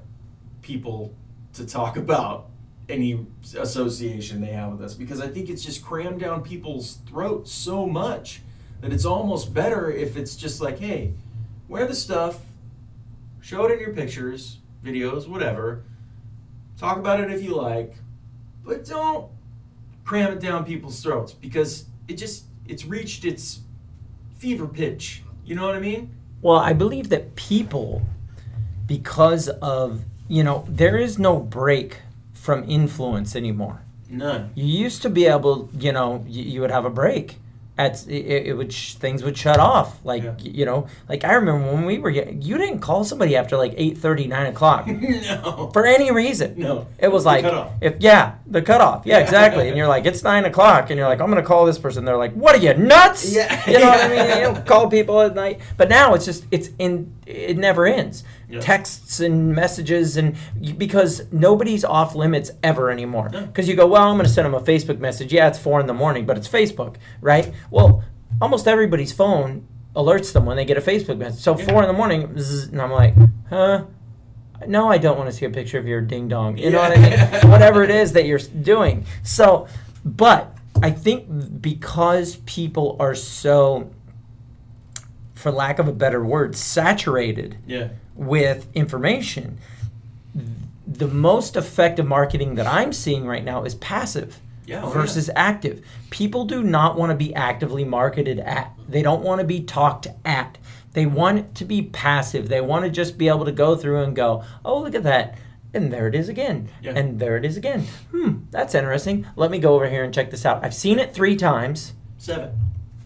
Speaker 2: people to talk *laughs* about any association they have with us because I think it's just crammed down people's throats so much that it's almost better if it's just like, hey, wear the stuff, show it in your pictures, videos, whatever, talk about it if you like, but don't cram it down people's throats because it just it's reached its fever pitch. You know what I mean?
Speaker 3: Well, I believe that people, because of, you know, there is no break from influence anymore.
Speaker 2: None.
Speaker 3: You used to be able, you know, you, you would have a break. At it, it would sh- things would shut off. Like
Speaker 2: Yeah.
Speaker 3: you know, like I remember when we were young, you didn't call somebody after like 8:30, 9
Speaker 2: *laughs*
Speaker 3: o'clock
Speaker 2: no.
Speaker 3: Oh. for any reason.
Speaker 2: No.
Speaker 3: It was
Speaker 2: The
Speaker 3: like
Speaker 2: cutoff.
Speaker 3: if yeah, the cutoff. Yeah, exactly. and you're like, it's nine o'clock, and you're like, I'm gonna call this person. They're like, what are you nuts?
Speaker 2: *laughs* Yeah.
Speaker 3: You know what I mean? You don't call people at night. But now it's just it's in it never ends.
Speaker 2: Yeah.
Speaker 3: Texts and messages and you- because nobody's off limits ever anymore.
Speaker 2: No.
Speaker 3: Because you go, well, I'm gonna send them a Facebook message. Yeah, it's four in the morning, but it's Facebook, right? Well, almost everybody's phone alerts them when they get a Facebook message. So
Speaker 2: Yeah.
Speaker 3: four in the morning, zzz, and I'm like, huh? no, I don't want to see a picture of your ding dong. You know what I
Speaker 2: Yeah.
Speaker 3: mean? Whatever it is that you're s- doing. So, but I think because people are so, for lack of a better word, saturated
Speaker 2: Yeah.
Speaker 3: with information, the most effective marketing that I'm seeing right now is passive
Speaker 2: Yeah, oh, yeah.
Speaker 3: versus active. People do not want to be actively marketed at. They don't want to be talked at. They want to be passive. They want to just be able to go through and go, oh, look at that. And there it is again.
Speaker 2: Yeah.
Speaker 3: And there it is again. Hmm, that's interesting. Let me go over here and check this out. I've seen it three times,
Speaker 2: Seven.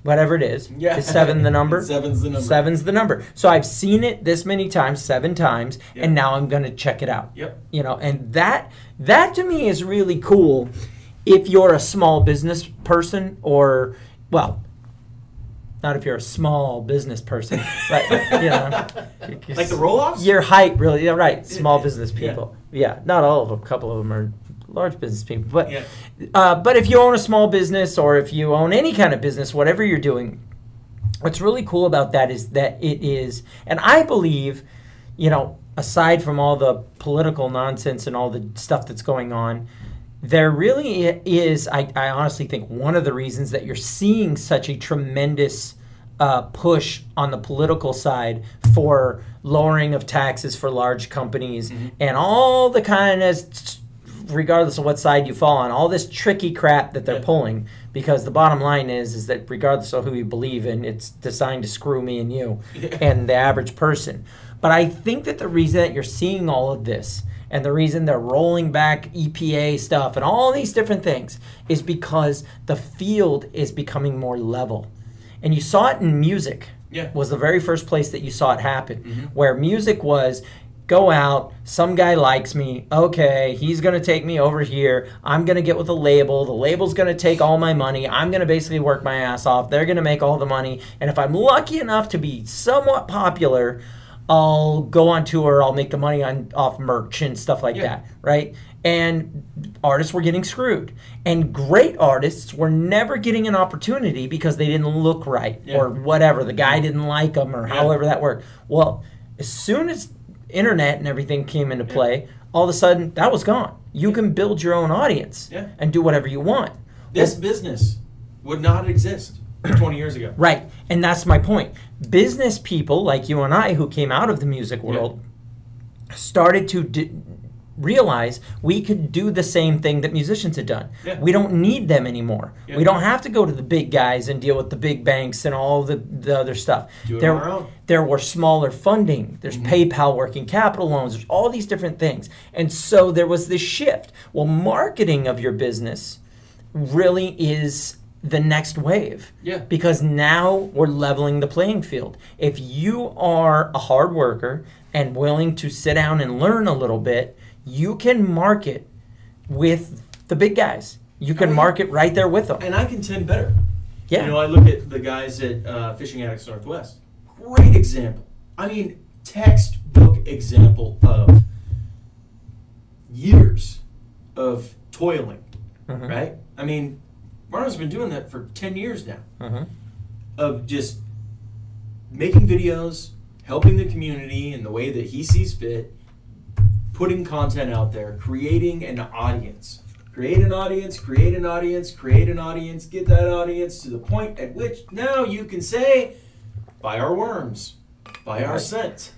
Speaker 3: whatever it is.
Speaker 2: Yeah.
Speaker 3: Is seven the number?
Speaker 2: *laughs* Seven's the number.
Speaker 3: Seven's the number. So I've seen it this many times, seven times,
Speaker 2: Yep.
Speaker 3: and now I'm gonna check it out.
Speaker 2: Yep.
Speaker 3: You know, and that that to me is really cool if you're a small business person or well not if you're a small business person, but you know,
Speaker 2: *laughs* Like the roll-offs?
Speaker 3: Your height, really. Yeah, right. Small
Speaker 2: Yeah.
Speaker 3: business people. Yeah. not all of them. A couple of them are large business people, but
Speaker 2: Yeah.
Speaker 3: uh, but if you own a small business or if you own any kind of business, whatever you're doing, what's really cool about that is that it is, and I believe, you know, aside from all the political nonsense and all the stuff that's going on, there really i- is, I, I honestly think, one of the reasons that you're seeing such a tremendous uh, push on the political side for lowering of taxes for large companies and all the kind of s- regardless of what side you fall on, all this tricky crap that they're
Speaker 2: Yeah.
Speaker 3: pulling. Because the bottom line is, is that regardless of who you believe in, it's designed to screw me and you, and the average person. But I think that the reason that you're seeing all of this, and the reason they're rolling back EPA stuff and all these different things, is because the field is becoming more level. And you saw it in music
Speaker 2: Yeah.
Speaker 3: was the very first place that you saw it happen,
Speaker 2: Mm-hmm.
Speaker 3: where music was go out, some guy likes me, okay, he's gonna take me over here, I'm gonna get with a label, the label's gonna take all my money, I'm gonna basically work my ass off, they're gonna make all the money, and if I'm lucky enough to be somewhat popular, I'll go on tour, I'll make the money on off merch and stuff like
Speaker 2: Yeah.
Speaker 3: that, right? And artists were getting screwed. And great artists were never getting an opportunity because they didn't look right
Speaker 2: Yeah.
Speaker 3: or whatever the guy didn't like them or however that worked well as soon as internet and everything came into play all of a sudden that was gone you can build your own audience
Speaker 2: Yeah.
Speaker 3: and do whatever you want
Speaker 2: This business would not
Speaker 3: *clears throat*
Speaker 2: exist 20 years ago.
Speaker 3: right and that's my point business people like you and i who came out of the music world started to d- realize we could do the same thing that musicians had done.
Speaker 2: Yeah.
Speaker 3: We don't need them anymore.
Speaker 2: Yeah.
Speaker 3: We don't have to go to the big guys and deal with the big banks and all the, the other stuff.
Speaker 2: Do it
Speaker 3: there,
Speaker 2: on our own. Mm-hmm.
Speaker 3: there were smaller funding. There's PayPal working capital loans. There's all these different things. And so there was this shift. Well, marketing of your business really is the next wave.
Speaker 2: Yeah.
Speaker 3: Because now we're leveling the playing field. If you are a hard worker and willing to sit down and learn a little bit, you can market with the big guys. You can
Speaker 2: Oh, yeah.
Speaker 3: market right there with them.
Speaker 2: And I contend better.
Speaker 3: Yeah.
Speaker 2: You know, I look at the guys at uh, Fishing Addicts Northwest. Great example. I mean, textbook example of years of toiling,
Speaker 3: Mhm.
Speaker 2: right? I mean, Marno's been doing that for 10 years now
Speaker 3: Mhm.
Speaker 2: of just making videos, helping the community in the way that he sees fit, putting content out there, creating an audience. Create an audience, create an audience, create an audience, get that audience to the point at which now you can say, buy our worms, buy our
Speaker 3: Right.
Speaker 2: scent,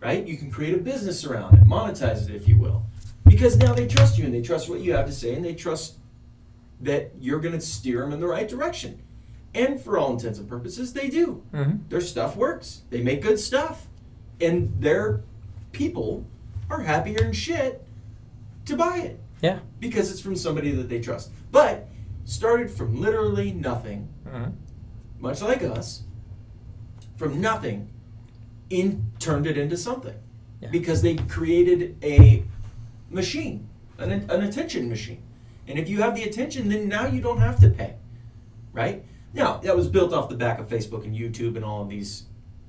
Speaker 2: right? You can create a business around it, monetize it, if you will. Because now they trust you and they trust what you have to say and they trust that you're going to steer them in the right direction. And for all intents and purposes, they do.
Speaker 3: Mhm.
Speaker 2: Their stuff works. They make good stuff. And their people are happier than shit to buy it
Speaker 3: Yeah.
Speaker 2: because it's from somebody that they trust. But started from literally nothing,
Speaker 3: Mhm.
Speaker 2: much like us, from nothing, in turned it into something
Speaker 3: Yeah.
Speaker 2: because they created a machine, an, an attention machine. And if you have the attention, then now you don't have to pay, right? Now that was built off the back of Facebook and YouTube and all of these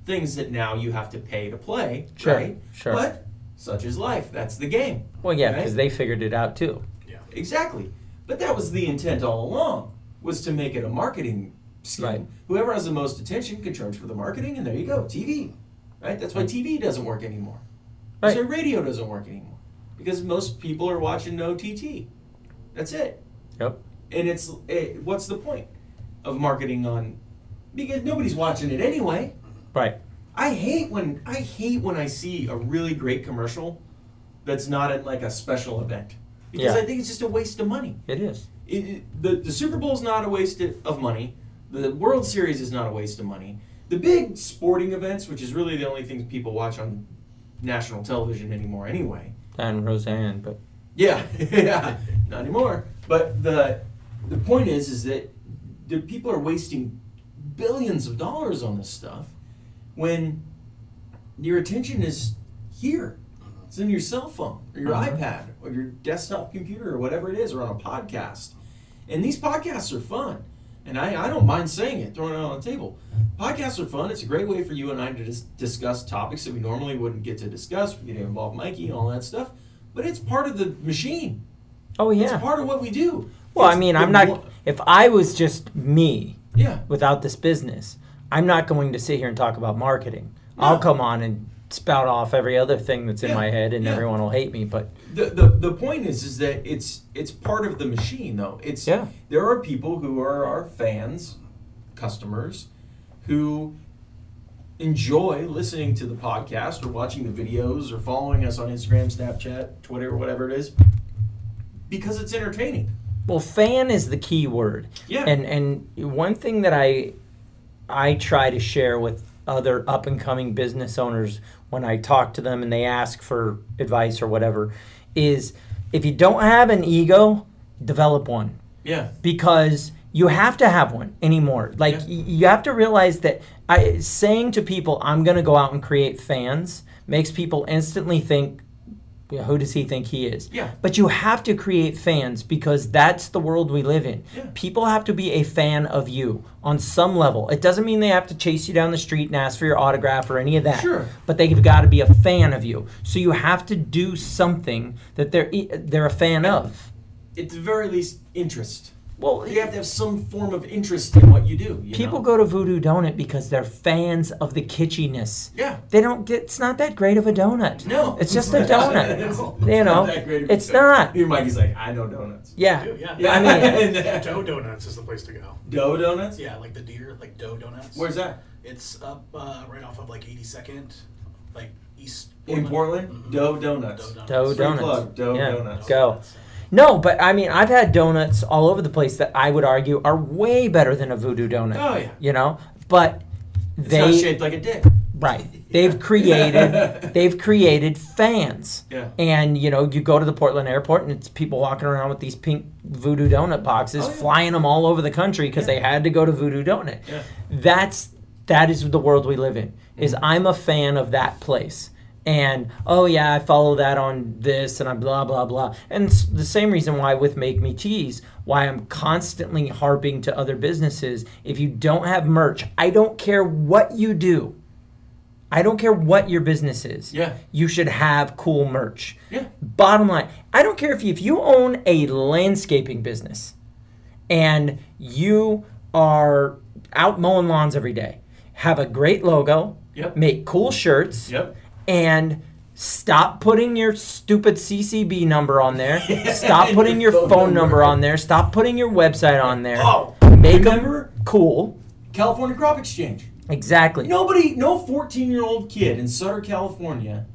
Speaker 2: things that now you have to pay to play,
Speaker 3: Sure,
Speaker 2: right?
Speaker 3: sure.
Speaker 2: But such is life. That's the game.
Speaker 3: Well, yeah,
Speaker 2: right?
Speaker 3: because they figured it out too.
Speaker 5: Yeah.
Speaker 2: Exactly. But that was the intent all along, was to make it a marketing scheme.
Speaker 3: Right.
Speaker 2: Whoever has the most attention can charge for the marketing, and there you go, TV. Right? That's why TV doesn't work anymore. That's
Speaker 3: Right.
Speaker 2: why radio doesn't work anymore. Because most people are watching OTT. That's it.
Speaker 3: Yep.
Speaker 2: And it's, eh, what's the point of marketing on, because nobody's watching it anyway.
Speaker 3: Right.
Speaker 2: I hate when I hate when I see a really great commercial that's not at like a special event because
Speaker 3: Yeah.
Speaker 2: I think it's just a waste of money.
Speaker 3: It is.
Speaker 2: It, it- the the Super Bowl is not a waste of of money. The World Series is not a waste of money. The big sporting events, which is really the only things people watch on national television anymore, anyway.
Speaker 3: And Roseanne, but
Speaker 2: Yeah, *laughs* yeah, not anymore. But the the point is, is that the people are wasting billions of dollars on this stuff when your attention is here.
Speaker 3: Uh-huh.
Speaker 2: It's in your cell phone or your
Speaker 3: Mhm.
Speaker 2: iPad or your desktop computer or whatever it is, or on a podcast. And these podcasts are fun. And I, I don't mind saying it, throwing it on the table. Podcasts are fun. It's a great way for you and I to dis- discuss topics that we normally wouldn't get to discuss. We get to involve Mikey and all that stuff. But it's part of the machine.
Speaker 3: oh yeah.
Speaker 2: It's part of what we do.
Speaker 3: Well, I
Speaker 2: It's
Speaker 3: mean,
Speaker 2: the
Speaker 3: I'm not.
Speaker 2: mo-
Speaker 3: If I was just me
Speaker 2: Yeah.
Speaker 3: without this business, I'm not going to sit here and talk about marketing. I'll
Speaker 2: No.
Speaker 3: come on and spout off every other thing that's in
Speaker 2: Yeah,
Speaker 3: my head, and
Speaker 2: yeah.
Speaker 3: everyone will hate me. But
Speaker 2: The, the the point is is that it's it's part of the machine though. It's
Speaker 3: Yeah.
Speaker 2: there are people who are our fans, customers, who enjoy listening to the podcast or watching the videos or following us on Instagram, Snapchat, Twitter, whatever it is, because it's entertaining.
Speaker 3: well, fan is the key word.
Speaker 2: Yeah.
Speaker 3: And and one thing that I I try to share with other up and coming business owners when I talk to them and they ask for advice or whatever is if you don't have an ego, develop one.
Speaker 2: Yeah.
Speaker 3: because you have to have one anymore. Like
Speaker 2: Yeah.
Speaker 3: y- you have to realize that I, saying to people, "I'm going to go out and create fans," makes people instantly think, you know, "Who does he think he is?"
Speaker 2: Yeah.
Speaker 3: But you have to create fans because that's the world we live in.
Speaker 2: Yeah.
Speaker 3: People have to be a fan of you on some level. It doesn't mean they have to chase you down the street and ask for your autograph or any of that
Speaker 2: Sure.
Speaker 3: but they've got to be a fan of you so you have to do something that they're e, they're a fan of
Speaker 2: At the very least, interest.
Speaker 3: well
Speaker 2: You have to have some form of interest in what you do. you
Speaker 3: People
Speaker 2: know?
Speaker 3: go to Voodoo Donut because they're fans of the kitschiness.
Speaker 2: Yeah.
Speaker 3: They don't get it's not that great of a donut.
Speaker 2: No.
Speaker 3: It's just
Speaker 2: *laughs*
Speaker 3: a
Speaker 2: It's not
Speaker 3: donut. you know.
Speaker 2: that great of a
Speaker 3: It's
Speaker 2: donut.
Speaker 3: not.
Speaker 2: Your Mikey's like, I know donuts.
Speaker 3: Yeah.
Speaker 5: Dude, yeah.
Speaker 2: Yeah, *laughs*
Speaker 5: I
Speaker 2: I
Speaker 5: *laughs*
Speaker 2: mean,
Speaker 4: Dough Donuts is the place to go.
Speaker 2: dough donuts.
Speaker 5: Yeah, like the deer, like dough donuts.
Speaker 2: Where's that?
Speaker 5: It's up uh, right off of like 82nd, like East
Speaker 2: in Portland,
Speaker 5: Mhm.
Speaker 2: Dough Donuts.
Speaker 5: Dough
Speaker 3: Dough
Speaker 5: Donuts.
Speaker 2: Free
Speaker 3: donuts.
Speaker 2: plug, Dough
Speaker 3: yeah,
Speaker 2: Donuts.
Speaker 3: go. No, but I mean, I've had donuts all over the place that I would argue are way better than a voodoo donut.
Speaker 2: Oh, yeah.
Speaker 3: You know, but
Speaker 2: It's
Speaker 3: they
Speaker 2: not shaped like a dick.
Speaker 3: right they've
Speaker 2: *laughs*
Speaker 3: created they've created fans.
Speaker 2: Yeah.
Speaker 3: And you know, you go to the Portland airport and it's people walking around with these pink voodoo donut boxes,
Speaker 2: Oh, yeah.
Speaker 3: flying them all over the country because they had to go to voodoo donut.
Speaker 2: Yeah.
Speaker 3: That's that is the world we live in. Is I'm a fan of that place. And oh yeah, I follow that on this and I blah blah blah. And it's the same reason why with Make Me Teas, why I'm constantly harping to other businesses, if you don't have merch, I don't care what you do. I don't care what your business is.
Speaker 2: Yeah.
Speaker 3: You should have cool merch.
Speaker 2: Yeah.
Speaker 3: Bottom line, I don't care if you, if you own a landscaping business and you are out mowing lawns every day, have a great logo,
Speaker 2: Yep.
Speaker 3: make cool shirts,
Speaker 2: Yep.
Speaker 3: and stop putting your stupid CCB number
Speaker 2: *laughs*
Speaker 3: on there. Stop putting your phone, number on there. Stop putting your website on there.
Speaker 2: Oh,
Speaker 3: Make them
Speaker 2: remember?
Speaker 3: cool.
Speaker 2: California Crop Exchange.
Speaker 3: Exactly.
Speaker 2: Nobody, no 14 year old kid in Sutter, California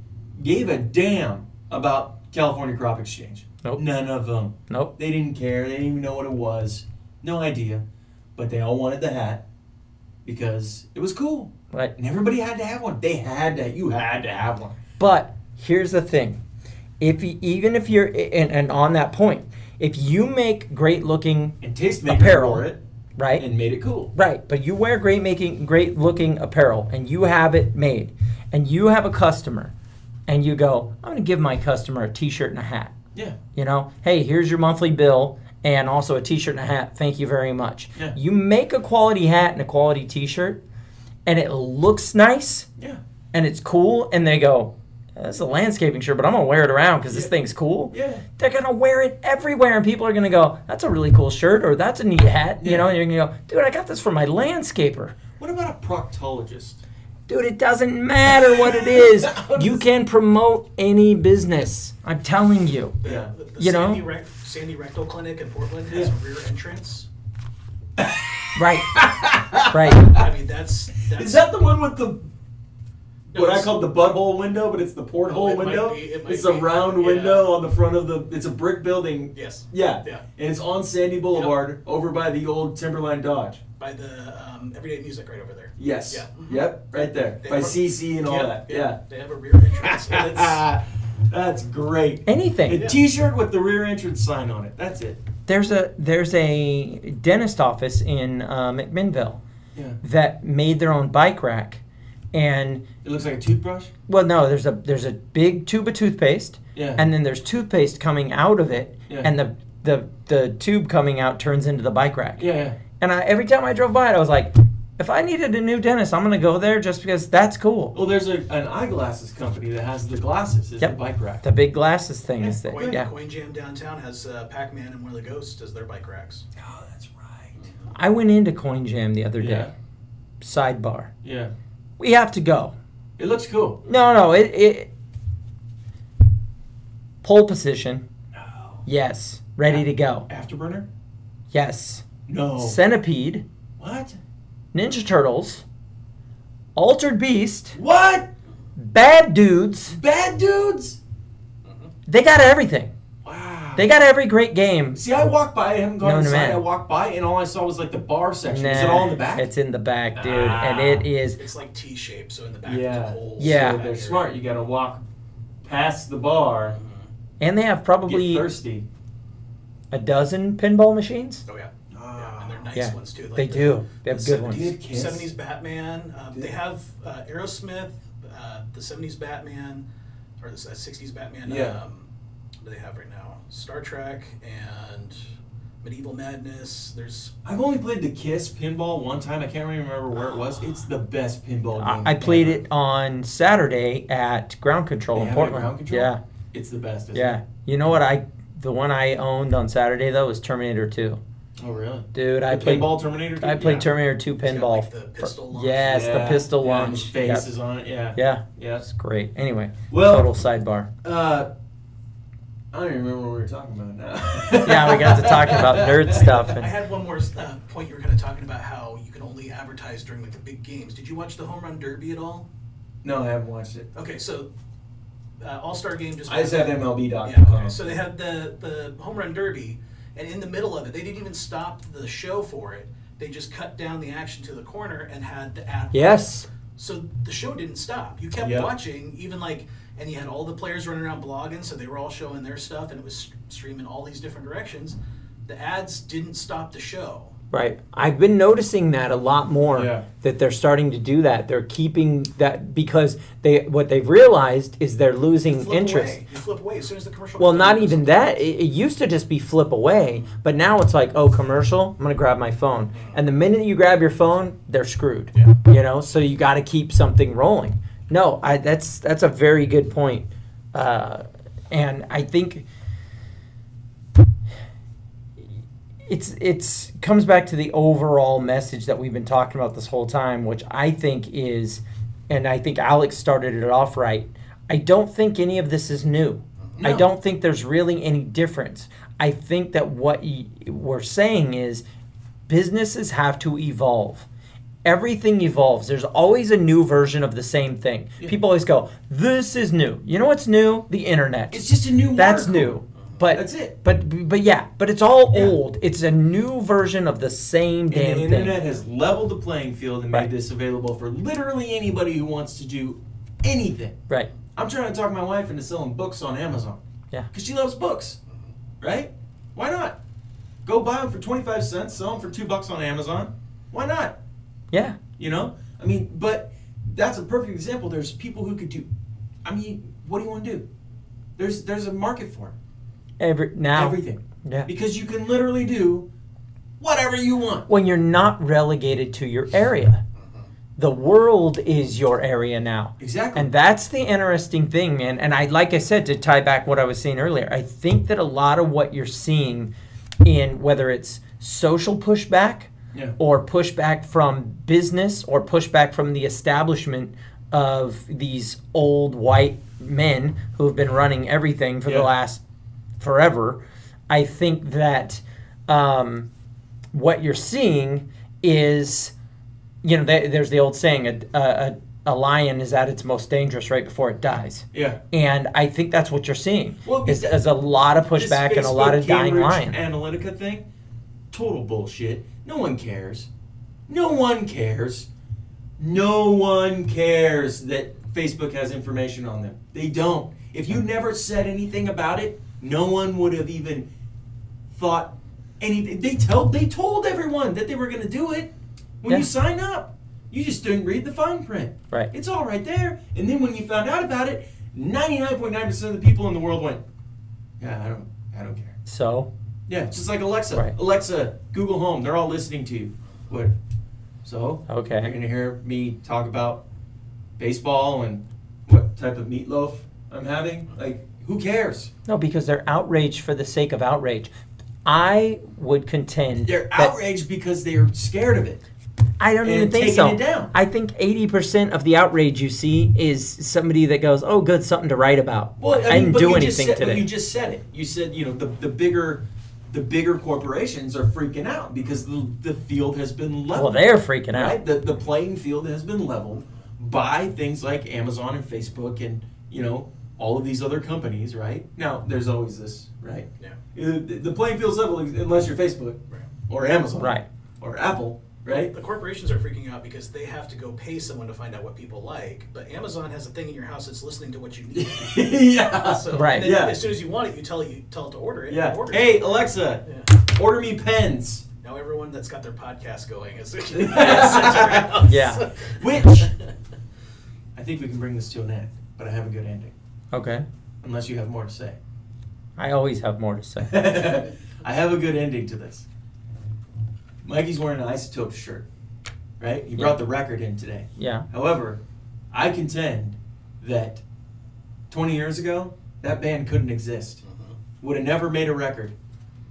Speaker 2: gave a damn about California Crop Exchange.
Speaker 3: Nope.
Speaker 2: None of them.
Speaker 3: Nope.
Speaker 2: They didn't care. They didn't even know what it was. No idea. But they all wanted the hat because it was cool.
Speaker 3: Right.
Speaker 2: And everybody had to have one. They had to. You had to have one.
Speaker 3: But here's the thing: if you, even if you're and, and on that point, if you make great looking
Speaker 2: And Tastemaker
Speaker 3: Apparel.
Speaker 2: wore it
Speaker 3: right,
Speaker 2: and made it cool.
Speaker 3: right, but you wear great making great looking apparel and you have it made, and you have a customer, and you go, I'm gonna give my customer a T-shirt and a hat.
Speaker 2: Yeah.
Speaker 3: You know, hey, here's your monthly bill and also a T-shirt and a hat. Thank you very much.
Speaker 2: Yeah.
Speaker 3: You make a quality hat and a quality T-shirt, and it looks nice
Speaker 2: Yeah.
Speaker 3: and it's cool, and they go, "That's a landscaping shirt, but I'm gonna wear it around because this
Speaker 2: Yeah.
Speaker 3: thing's cool."
Speaker 2: Yeah.
Speaker 3: They're gonna wear it everywhere, and people are gonna go, "That's a really cool shirt," or "That's a neat hat," you
Speaker 2: Yeah.
Speaker 3: know. And you're gonna go, "Dude, I got this from my landscaper."
Speaker 2: What about a proctologist?
Speaker 3: Dude, it doesn't matter what it is.
Speaker 2: I'm
Speaker 3: you can promote any business. I'm telling you.
Speaker 2: Yeah.
Speaker 5: The, the
Speaker 3: You know?
Speaker 5: Sandy, Rec- Sandy Rectal Clinic in Portland has a rear entrance.
Speaker 3: Right. right.
Speaker 5: I mean, that's that's
Speaker 2: Is that the one with the
Speaker 5: no,
Speaker 2: what I
Speaker 5: it's-
Speaker 2: call the butthole window, but it's the porthole
Speaker 5: Oh, it might
Speaker 2: window.
Speaker 5: be, it might
Speaker 2: it's a
Speaker 5: be.
Speaker 2: round
Speaker 5: Yeah.
Speaker 2: window on the front of the. It's a brick building.
Speaker 5: Yes.
Speaker 2: Yeah.
Speaker 5: Yeah.
Speaker 2: And it's on Sandy Boulevard, over by the old Timberline Dodge.
Speaker 5: by the um, Everyday Music right over there.
Speaker 2: Yes.
Speaker 5: Yeah.
Speaker 2: Yep. Right there
Speaker 5: They
Speaker 2: by
Speaker 5: have a-
Speaker 2: CC and all
Speaker 5: Yeah,
Speaker 2: that.
Speaker 5: yeah,
Speaker 2: Yeah.
Speaker 5: They have a rear entrance. and
Speaker 2: *laughs*
Speaker 5: it's,
Speaker 2: Ah,
Speaker 5: *laughs*
Speaker 2: that's great.
Speaker 3: Anything.
Speaker 2: A T-shirt with the rear entrance sign on it. That's it.
Speaker 3: There's a there's a dentist office in uh, McMinnville
Speaker 2: Yeah.
Speaker 3: that made their own bike rack, and
Speaker 2: It looks like a toothbrush.
Speaker 3: Well, no, there's a there's a big tube of toothpaste,
Speaker 2: Yeah.
Speaker 3: and then there's toothpaste coming out of it,
Speaker 2: Yeah.
Speaker 3: and the the the tube coming out turns into the bike rack.
Speaker 2: Yeah. yeah.
Speaker 3: And I, every time I drove by it, I was like, if I needed a new dentist, I'm gonna go there just because that's cool.
Speaker 2: Well, there's a, an eyeglasses company that has the glasses. Is
Speaker 3: Yep.
Speaker 2: the bike rack.
Speaker 3: The big glasses thing is there.
Speaker 5: Coin,
Speaker 3: Yeah,
Speaker 5: Coin Jam downtown has uh, Pac Man and Where the Ghosts as their bike racks.
Speaker 2: Oh, that's right.
Speaker 3: I went into Coin Jam the other
Speaker 2: Yeah.
Speaker 3: day. Sidebar.
Speaker 2: Yeah.
Speaker 3: We have to go.
Speaker 2: It looks cool.
Speaker 3: No, no, it it. Pole position.
Speaker 2: No.
Speaker 3: Yes. Ready to go.
Speaker 2: Afterburner.
Speaker 3: Yes.
Speaker 2: No.
Speaker 3: Centipede.
Speaker 2: what?
Speaker 3: Ninja Turtles, Altered Beast,
Speaker 2: What?
Speaker 3: Bad Dudes.
Speaker 2: Bad dudes?
Speaker 3: They got everything.
Speaker 2: Wow.
Speaker 3: They got every great game.
Speaker 2: See, I walked by. I haven't gone
Speaker 3: No, no,
Speaker 2: inside.
Speaker 3: man.
Speaker 2: I walked by, and all I saw was like the bar section. is it
Speaker 3: Nah,
Speaker 2: all in the back?
Speaker 3: It's in the back, dude,
Speaker 2: Ah.
Speaker 3: and it is.
Speaker 5: It's like T shaped, so in the back there's
Speaker 2: yeah.
Speaker 5: a hole.
Speaker 3: Yeah.
Speaker 2: So they're smart. You gotta walk past the bar.
Speaker 3: And they have
Speaker 2: Get
Speaker 3: probably
Speaker 2: thirsty.
Speaker 3: a dozen pinball machines.
Speaker 5: Oh, yeah.
Speaker 2: Ah.
Speaker 5: yeah. And they're nice
Speaker 3: Yeah.
Speaker 5: ones, too. Like
Speaker 3: They
Speaker 5: the-
Speaker 3: do. They have
Speaker 5: the
Speaker 3: good
Speaker 5: 70s
Speaker 3: ones.
Speaker 2: Dude, Kiss.
Speaker 5: 70s Batman. Um, they have uh, Aerosmith, uh, the 70s Batman, or the s- uh, 60s Batman.
Speaker 2: Yeah.
Speaker 5: Um, what do they have right now? Star Trek and Medieval Madness. There's
Speaker 2: I've only played the Kiss pinball one time. I can't really remember where it was. It's the best pinball game.
Speaker 3: I, I played
Speaker 2: ever.
Speaker 3: it on Saturday at Ground Control
Speaker 2: They
Speaker 3: in
Speaker 2: have it at
Speaker 3: Portland.
Speaker 2: Ground Control?
Speaker 3: Yeah,
Speaker 2: It's the best. Isn't
Speaker 3: yeah. You know what I? The one I owned on Saturday though was Terminator Two.
Speaker 2: It? Oh really?
Speaker 3: Dude, I
Speaker 2: The
Speaker 3: played.
Speaker 2: pinball Terminator.
Speaker 3: I
Speaker 2: game?
Speaker 3: played
Speaker 2: Yeah.
Speaker 3: Terminator Two
Speaker 5: got,
Speaker 3: pinball.
Speaker 5: like, the
Speaker 3: for-
Speaker 5: pistol launch.
Speaker 3: Yes,
Speaker 2: Yeah,
Speaker 3: the pistol
Speaker 2: yeah, and
Speaker 3: launch.
Speaker 2: his face
Speaker 3: Yep.
Speaker 2: is on it. Yeah.
Speaker 3: Yeah,
Speaker 2: Yeah.
Speaker 3: that's great. Anyway,
Speaker 2: Well-
Speaker 3: total sidebar.
Speaker 2: Uh, I don't even remember what we were talking about now.
Speaker 3: *laughs* *laughs* Yeah, we got to
Speaker 2: *laughs*
Speaker 3: talking about
Speaker 5: *laughs*
Speaker 3: nerd stuff.
Speaker 5: I
Speaker 3: And
Speaker 5: had one more uh, point. You were kind of talking about how you can only advertise during like the big games. Did you watch the home run derby at all?
Speaker 2: No, I haven't watched
Speaker 3: *laughs*
Speaker 2: it.
Speaker 5: Okay, so uh, All Star Game just.
Speaker 2: I just have MLB.com.
Speaker 5: Yeah, okay. So they had the the home run derby, and in the middle of it, they didn't even stop the show for it. They just cut down the action to the corner and had the ad.
Speaker 3: Yes.
Speaker 5: So the show didn't stop. You kept
Speaker 2: Yeah.
Speaker 5: watching, even like, and you had all the players running around blogging, so they were all showing their stuff, and it was st- streaming all these different directions. The ads didn't stop the show.
Speaker 3: Right. I've been noticing that a lot more
Speaker 2: Yeah.
Speaker 3: that they're starting to do that. They're keeping that because they what they've realized is they're
Speaker 5: You
Speaker 3: losing
Speaker 5: flip
Speaker 3: interest.
Speaker 5: Away. You flip away as soon as the commercial.
Speaker 3: Well, not
Speaker 5: comes.
Speaker 3: even that. It, it used to just be flip away, but now it's like, oh, commercial. I'm gonna grab my phone, and the minute you grab your phone, they're screwed.
Speaker 2: Yeah.
Speaker 3: You know, so you got to keep something rolling. No, I, that's that's a very good point, uh, and I think it's it's comes back to the overall message that we've been talking about this whole time, which I think is, and I think Alex started it off right. I don't think any of this is new. I
Speaker 5: No.
Speaker 3: don't think there's really any difference. I think that what y- we're saying is businesses have to evolve. Everything evolves. There's always a new version of the same thing. People always go, "This is new." You know what's new? The internet.
Speaker 2: It's just a new.
Speaker 3: That's
Speaker 2: market.
Speaker 3: new. But
Speaker 2: That's it.
Speaker 3: But but yeah, but it's all
Speaker 2: Yeah.
Speaker 3: old. It's a new version of the same
Speaker 2: And
Speaker 3: damn
Speaker 2: the
Speaker 3: thing.
Speaker 2: internet has leveled the playing field and
Speaker 3: Right.
Speaker 2: made this available for literally anybody who wants to do anything.
Speaker 3: Right.
Speaker 2: I'm trying to talk my wife into selling books on Amazon.
Speaker 3: Yeah.
Speaker 2: Because she loves books, right? Why not? Go buy them for 25 cents, sell them for two bucks on Amazon. Why not?
Speaker 3: Yeah.
Speaker 2: You know? I mean, but that's a perfect example. There's people who could do, I mean, what do you want to do? There's, there's a market for it.
Speaker 3: Every now
Speaker 2: everything.
Speaker 3: Yeah.
Speaker 2: Because you can literally do whatever you want.
Speaker 3: when you're not relegated to your area. The world is your area now.
Speaker 2: Mm-hmm. Exactly.
Speaker 3: And that's the interesting thing, man. And I, like I said, to tie back what I was saying earlier, I think that a lot of what you're seeing in whether it's social pushback
Speaker 2: Yeah.
Speaker 3: or pushback from business or pushback from the establishment of these old white men who have been running everything for
Speaker 2: Yeah.
Speaker 3: the last forever, I think that um, what you're seeing is you know, there- there's the old saying, a, a, a lion is at its most dangerous right before it dies.
Speaker 2: yeah.
Speaker 3: And I think that's what you're seeing.
Speaker 2: Well,
Speaker 3: is,
Speaker 2: because
Speaker 3: is a lot of
Speaker 2: This
Speaker 3: pushback and a lot
Speaker 2: Facebook
Speaker 3: of dying
Speaker 2: Cambridge
Speaker 3: lion.
Speaker 2: Analytica thing, total bullshit. No one cares. No one cares. No one cares that Facebook has information on them. They don't. If
Speaker 3: Hmm.
Speaker 2: you never said anything about it, no one would have even thought anything. They told they told everyone that they were going to do it when
Speaker 3: Yeah.
Speaker 2: you sign up. You just didn't read the fine print.
Speaker 3: Right.
Speaker 2: It's all right there. And then when you found out about it, 99.9% of the people in the world went, "Yeah, I don't I don't care."
Speaker 3: So,
Speaker 2: Yeah, just like Alexa.
Speaker 3: Right.
Speaker 2: Alexa, Google Home, they're all listening to you. What? So,
Speaker 3: Okay.
Speaker 2: you're going to hear me talk about baseball and what type of meatloaf I'm having? Like, who cares?
Speaker 3: no, because they're outraged for the sake of outrage. I would contend
Speaker 2: They're
Speaker 3: that-
Speaker 2: outraged because they're scared of it.
Speaker 3: I don't
Speaker 2: and
Speaker 3: even think
Speaker 2: taking
Speaker 3: so.
Speaker 2: it down.
Speaker 3: I think 80% of the outrage you see is somebody that goes, "Oh, good, something to write about."
Speaker 2: Well, I, mean,
Speaker 3: didn't
Speaker 2: but
Speaker 3: do
Speaker 2: you just
Speaker 3: anything
Speaker 2: said,
Speaker 3: today.
Speaker 2: But you just said it. You said, you know, the, the bigger the bigger corporations are freaking out because the, the field has been
Speaker 3: well,
Speaker 2: leveled.
Speaker 3: they're freaking out.
Speaker 2: right? The, the playing field has been leveled by things like Amazon and Facebook and, you know, all of these other companies, right? Now, there's always this, right?
Speaker 5: Yeah.
Speaker 2: Uh, The, the playing field's level unless you're Facebook
Speaker 5: Right.
Speaker 2: or Amazon
Speaker 3: Right.
Speaker 2: or Apple, right?
Speaker 5: The corporations are freaking out because they have to go pay someone to find out what people like, but Amazon has a thing in your house that's listening to what you need.
Speaker 2: *laughs*
Speaker 3: *laughs*
Speaker 2: yeah.
Speaker 5: So,
Speaker 3: Right.
Speaker 5: and then
Speaker 2: Yeah.
Speaker 5: As soon as you want it, you tell it, you tell it to order it.
Speaker 2: yeah.
Speaker 5: and Order
Speaker 2: Hey,
Speaker 5: It.
Speaker 2: Alexa,
Speaker 5: Yeah.
Speaker 2: order me pens.
Speaker 5: Now everyone that's got their podcast going is. *laughs*
Speaker 3: *laughs* Yeah.
Speaker 2: Which I think we can bring this to an end, but I have a good ending.
Speaker 3: Okay.
Speaker 2: Unless you have more to say.
Speaker 3: I always have more
Speaker 2: *laughs*
Speaker 3: to say.
Speaker 2: I have a good ending to this. Mikey's wearing an isotope shirt, right? He brought the record in today.
Speaker 3: yeah.
Speaker 2: However, I contend that 20 years ago, that band couldn't exist. Would have never made a record.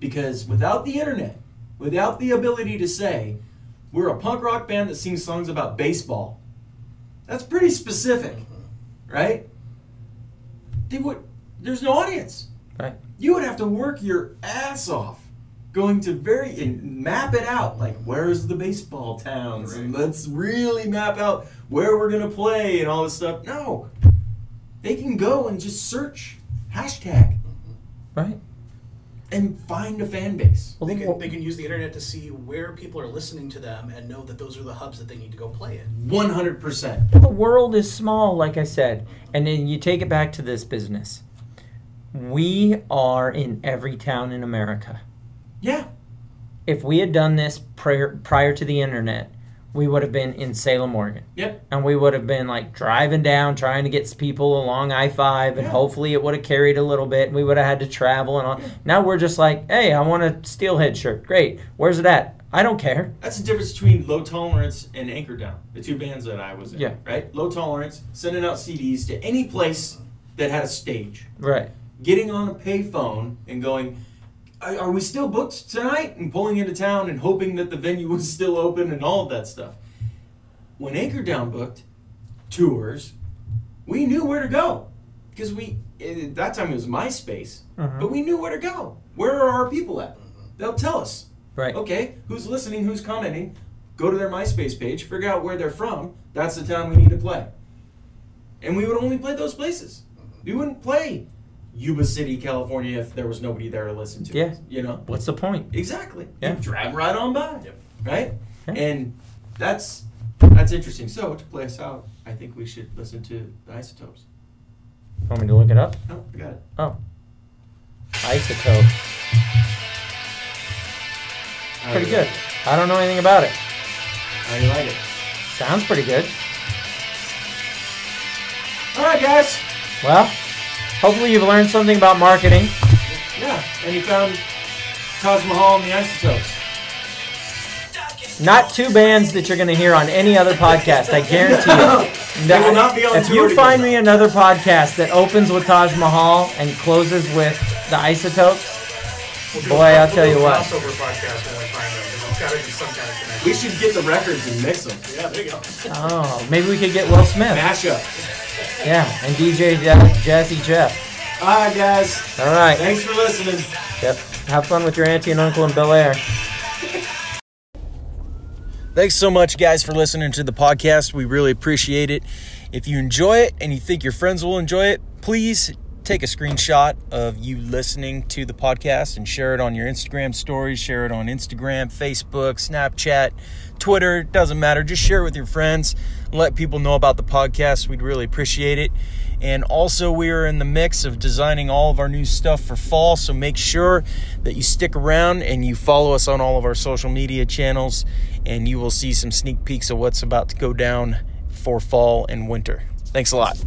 Speaker 2: Because without the internet, without the ability to say, we're a punk rock band that sings songs about baseball, that's pretty specific, right? They would, there's no audience
Speaker 3: Right.
Speaker 2: you would have to work your ass off going to very and map it out like where's the baseball towns and let's really map out where we're gonna play and all this stuff. No, they can go and just search hashtag
Speaker 3: right?
Speaker 2: and find a fan base.
Speaker 5: They can,
Speaker 3: Well,
Speaker 5: they can use the internet to see where people are listening to them and know that those are the hubs that they need to go play in.
Speaker 2: One hundred percent.
Speaker 3: the world is small, like I said. And then you take it back to this business. We are in every town in America.
Speaker 2: Yeah.
Speaker 3: If we had done this prior, prior to the internet, we would have been in Salem, Oregon.
Speaker 2: Yep.
Speaker 3: And we would have been like driving down, trying to get people along I 5, and
Speaker 2: Yeah.
Speaker 3: hopefully it would have carried a little bit. and We would have had to travel and all. Now we're just like, hey, I want a steelhead shirt. Great. Where's it at? I don't care.
Speaker 2: That's the difference between Low Tolerance and Anchor Down, the two bands that I was in.
Speaker 3: Yeah.
Speaker 2: Right? Low Tolerance, sending out CDs to any place that had a stage,
Speaker 3: Right.
Speaker 2: getting on a payphone and going, are are we still booked tonight? And pulling into town and hoping that the venue was still open and all of that stuff. When Anchor Down booked tours, we knew where to go. Because we, at that time it was MySpace, but we knew where to go. Where are our people at? They'll tell us.
Speaker 3: Right.
Speaker 2: Okay, who's listening? Who's commenting? Go to their MySpace page, figure out where they're from. That's the town we need to play. And we would only play those places. We
Speaker 3: Mm-hmm.
Speaker 2: wouldn't play Yuba City, California, if there was nobody there to listen to.
Speaker 3: Yeah.
Speaker 2: You know?
Speaker 3: What's the point?
Speaker 2: Exactly.
Speaker 3: Yeah.
Speaker 2: You drive right on by.
Speaker 5: Yep.
Speaker 2: Right?
Speaker 3: Yeah.
Speaker 2: And that's that's interesting. So to play us out, I think we should listen to the isotopes.
Speaker 3: Want me to look it up?
Speaker 2: No, I got it.
Speaker 3: Oh. Isotope.
Speaker 2: Oh,
Speaker 3: Pretty good. I don't know anything about it.
Speaker 2: I like it.
Speaker 3: Sounds pretty good.
Speaker 2: Alright guys.
Speaker 3: Well, hopefully you've learned something about marketing.
Speaker 2: Yeah. And you found Taj Mahal and the isotopes.
Speaker 3: Not two bands that you're going to hear on any other podcast, I guarantee you.
Speaker 2: They will not be on
Speaker 3: if
Speaker 2: tour
Speaker 3: you
Speaker 2: together.
Speaker 3: find me another podcast that opens with Taj Mahal and closes with the Isotopes,
Speaker 4: We'll do
Speaker 3: Boy,
Speaker 4: a- we'll
Speaker 3: I'll
Speaker 4: do
Speaker 3: tell
Speaker 4: a
Speaker 3: you what.
Speaker 4: Crossover podcast when we find them. 'cause It's got to be some kind of connection.
Speaker 2: We should get the records and mix them.
Speaker 5: Yeah, there you go.
Speaker 3: oh, maybe we could get Will Smith.
Speaker 2: Mash up.
Speaker 3: Yeah, and DJ Je- Jazzy Jeff.
Speaker 2: All right, guys.
Speaker 3: All right.
Speaker 2: Thanks for listening.
Speaker 3: Yep. Have fun with your auntie and uncle in Bel Air.
Speaker 2: Thanks so much, guys, for listening to the podcast. We really appreciate it. If you enjoy it and you think your friends will enjoy it, please take a screenshot of you listening to the podcast and share it on your Instagram stories, share it on Instagram, Facebook, Snapchat, Twitter, doesn't matter. Just share it with your friends. Let people know about the podcast. We'd really appreciate it. And also, we are in the mix of designing all of our new stuff for fall. So make sure that you stick around and you follow us on all of our social media channels, and you will see some sneak peeks of what's about to go down for fall and winter. Thanks a lot.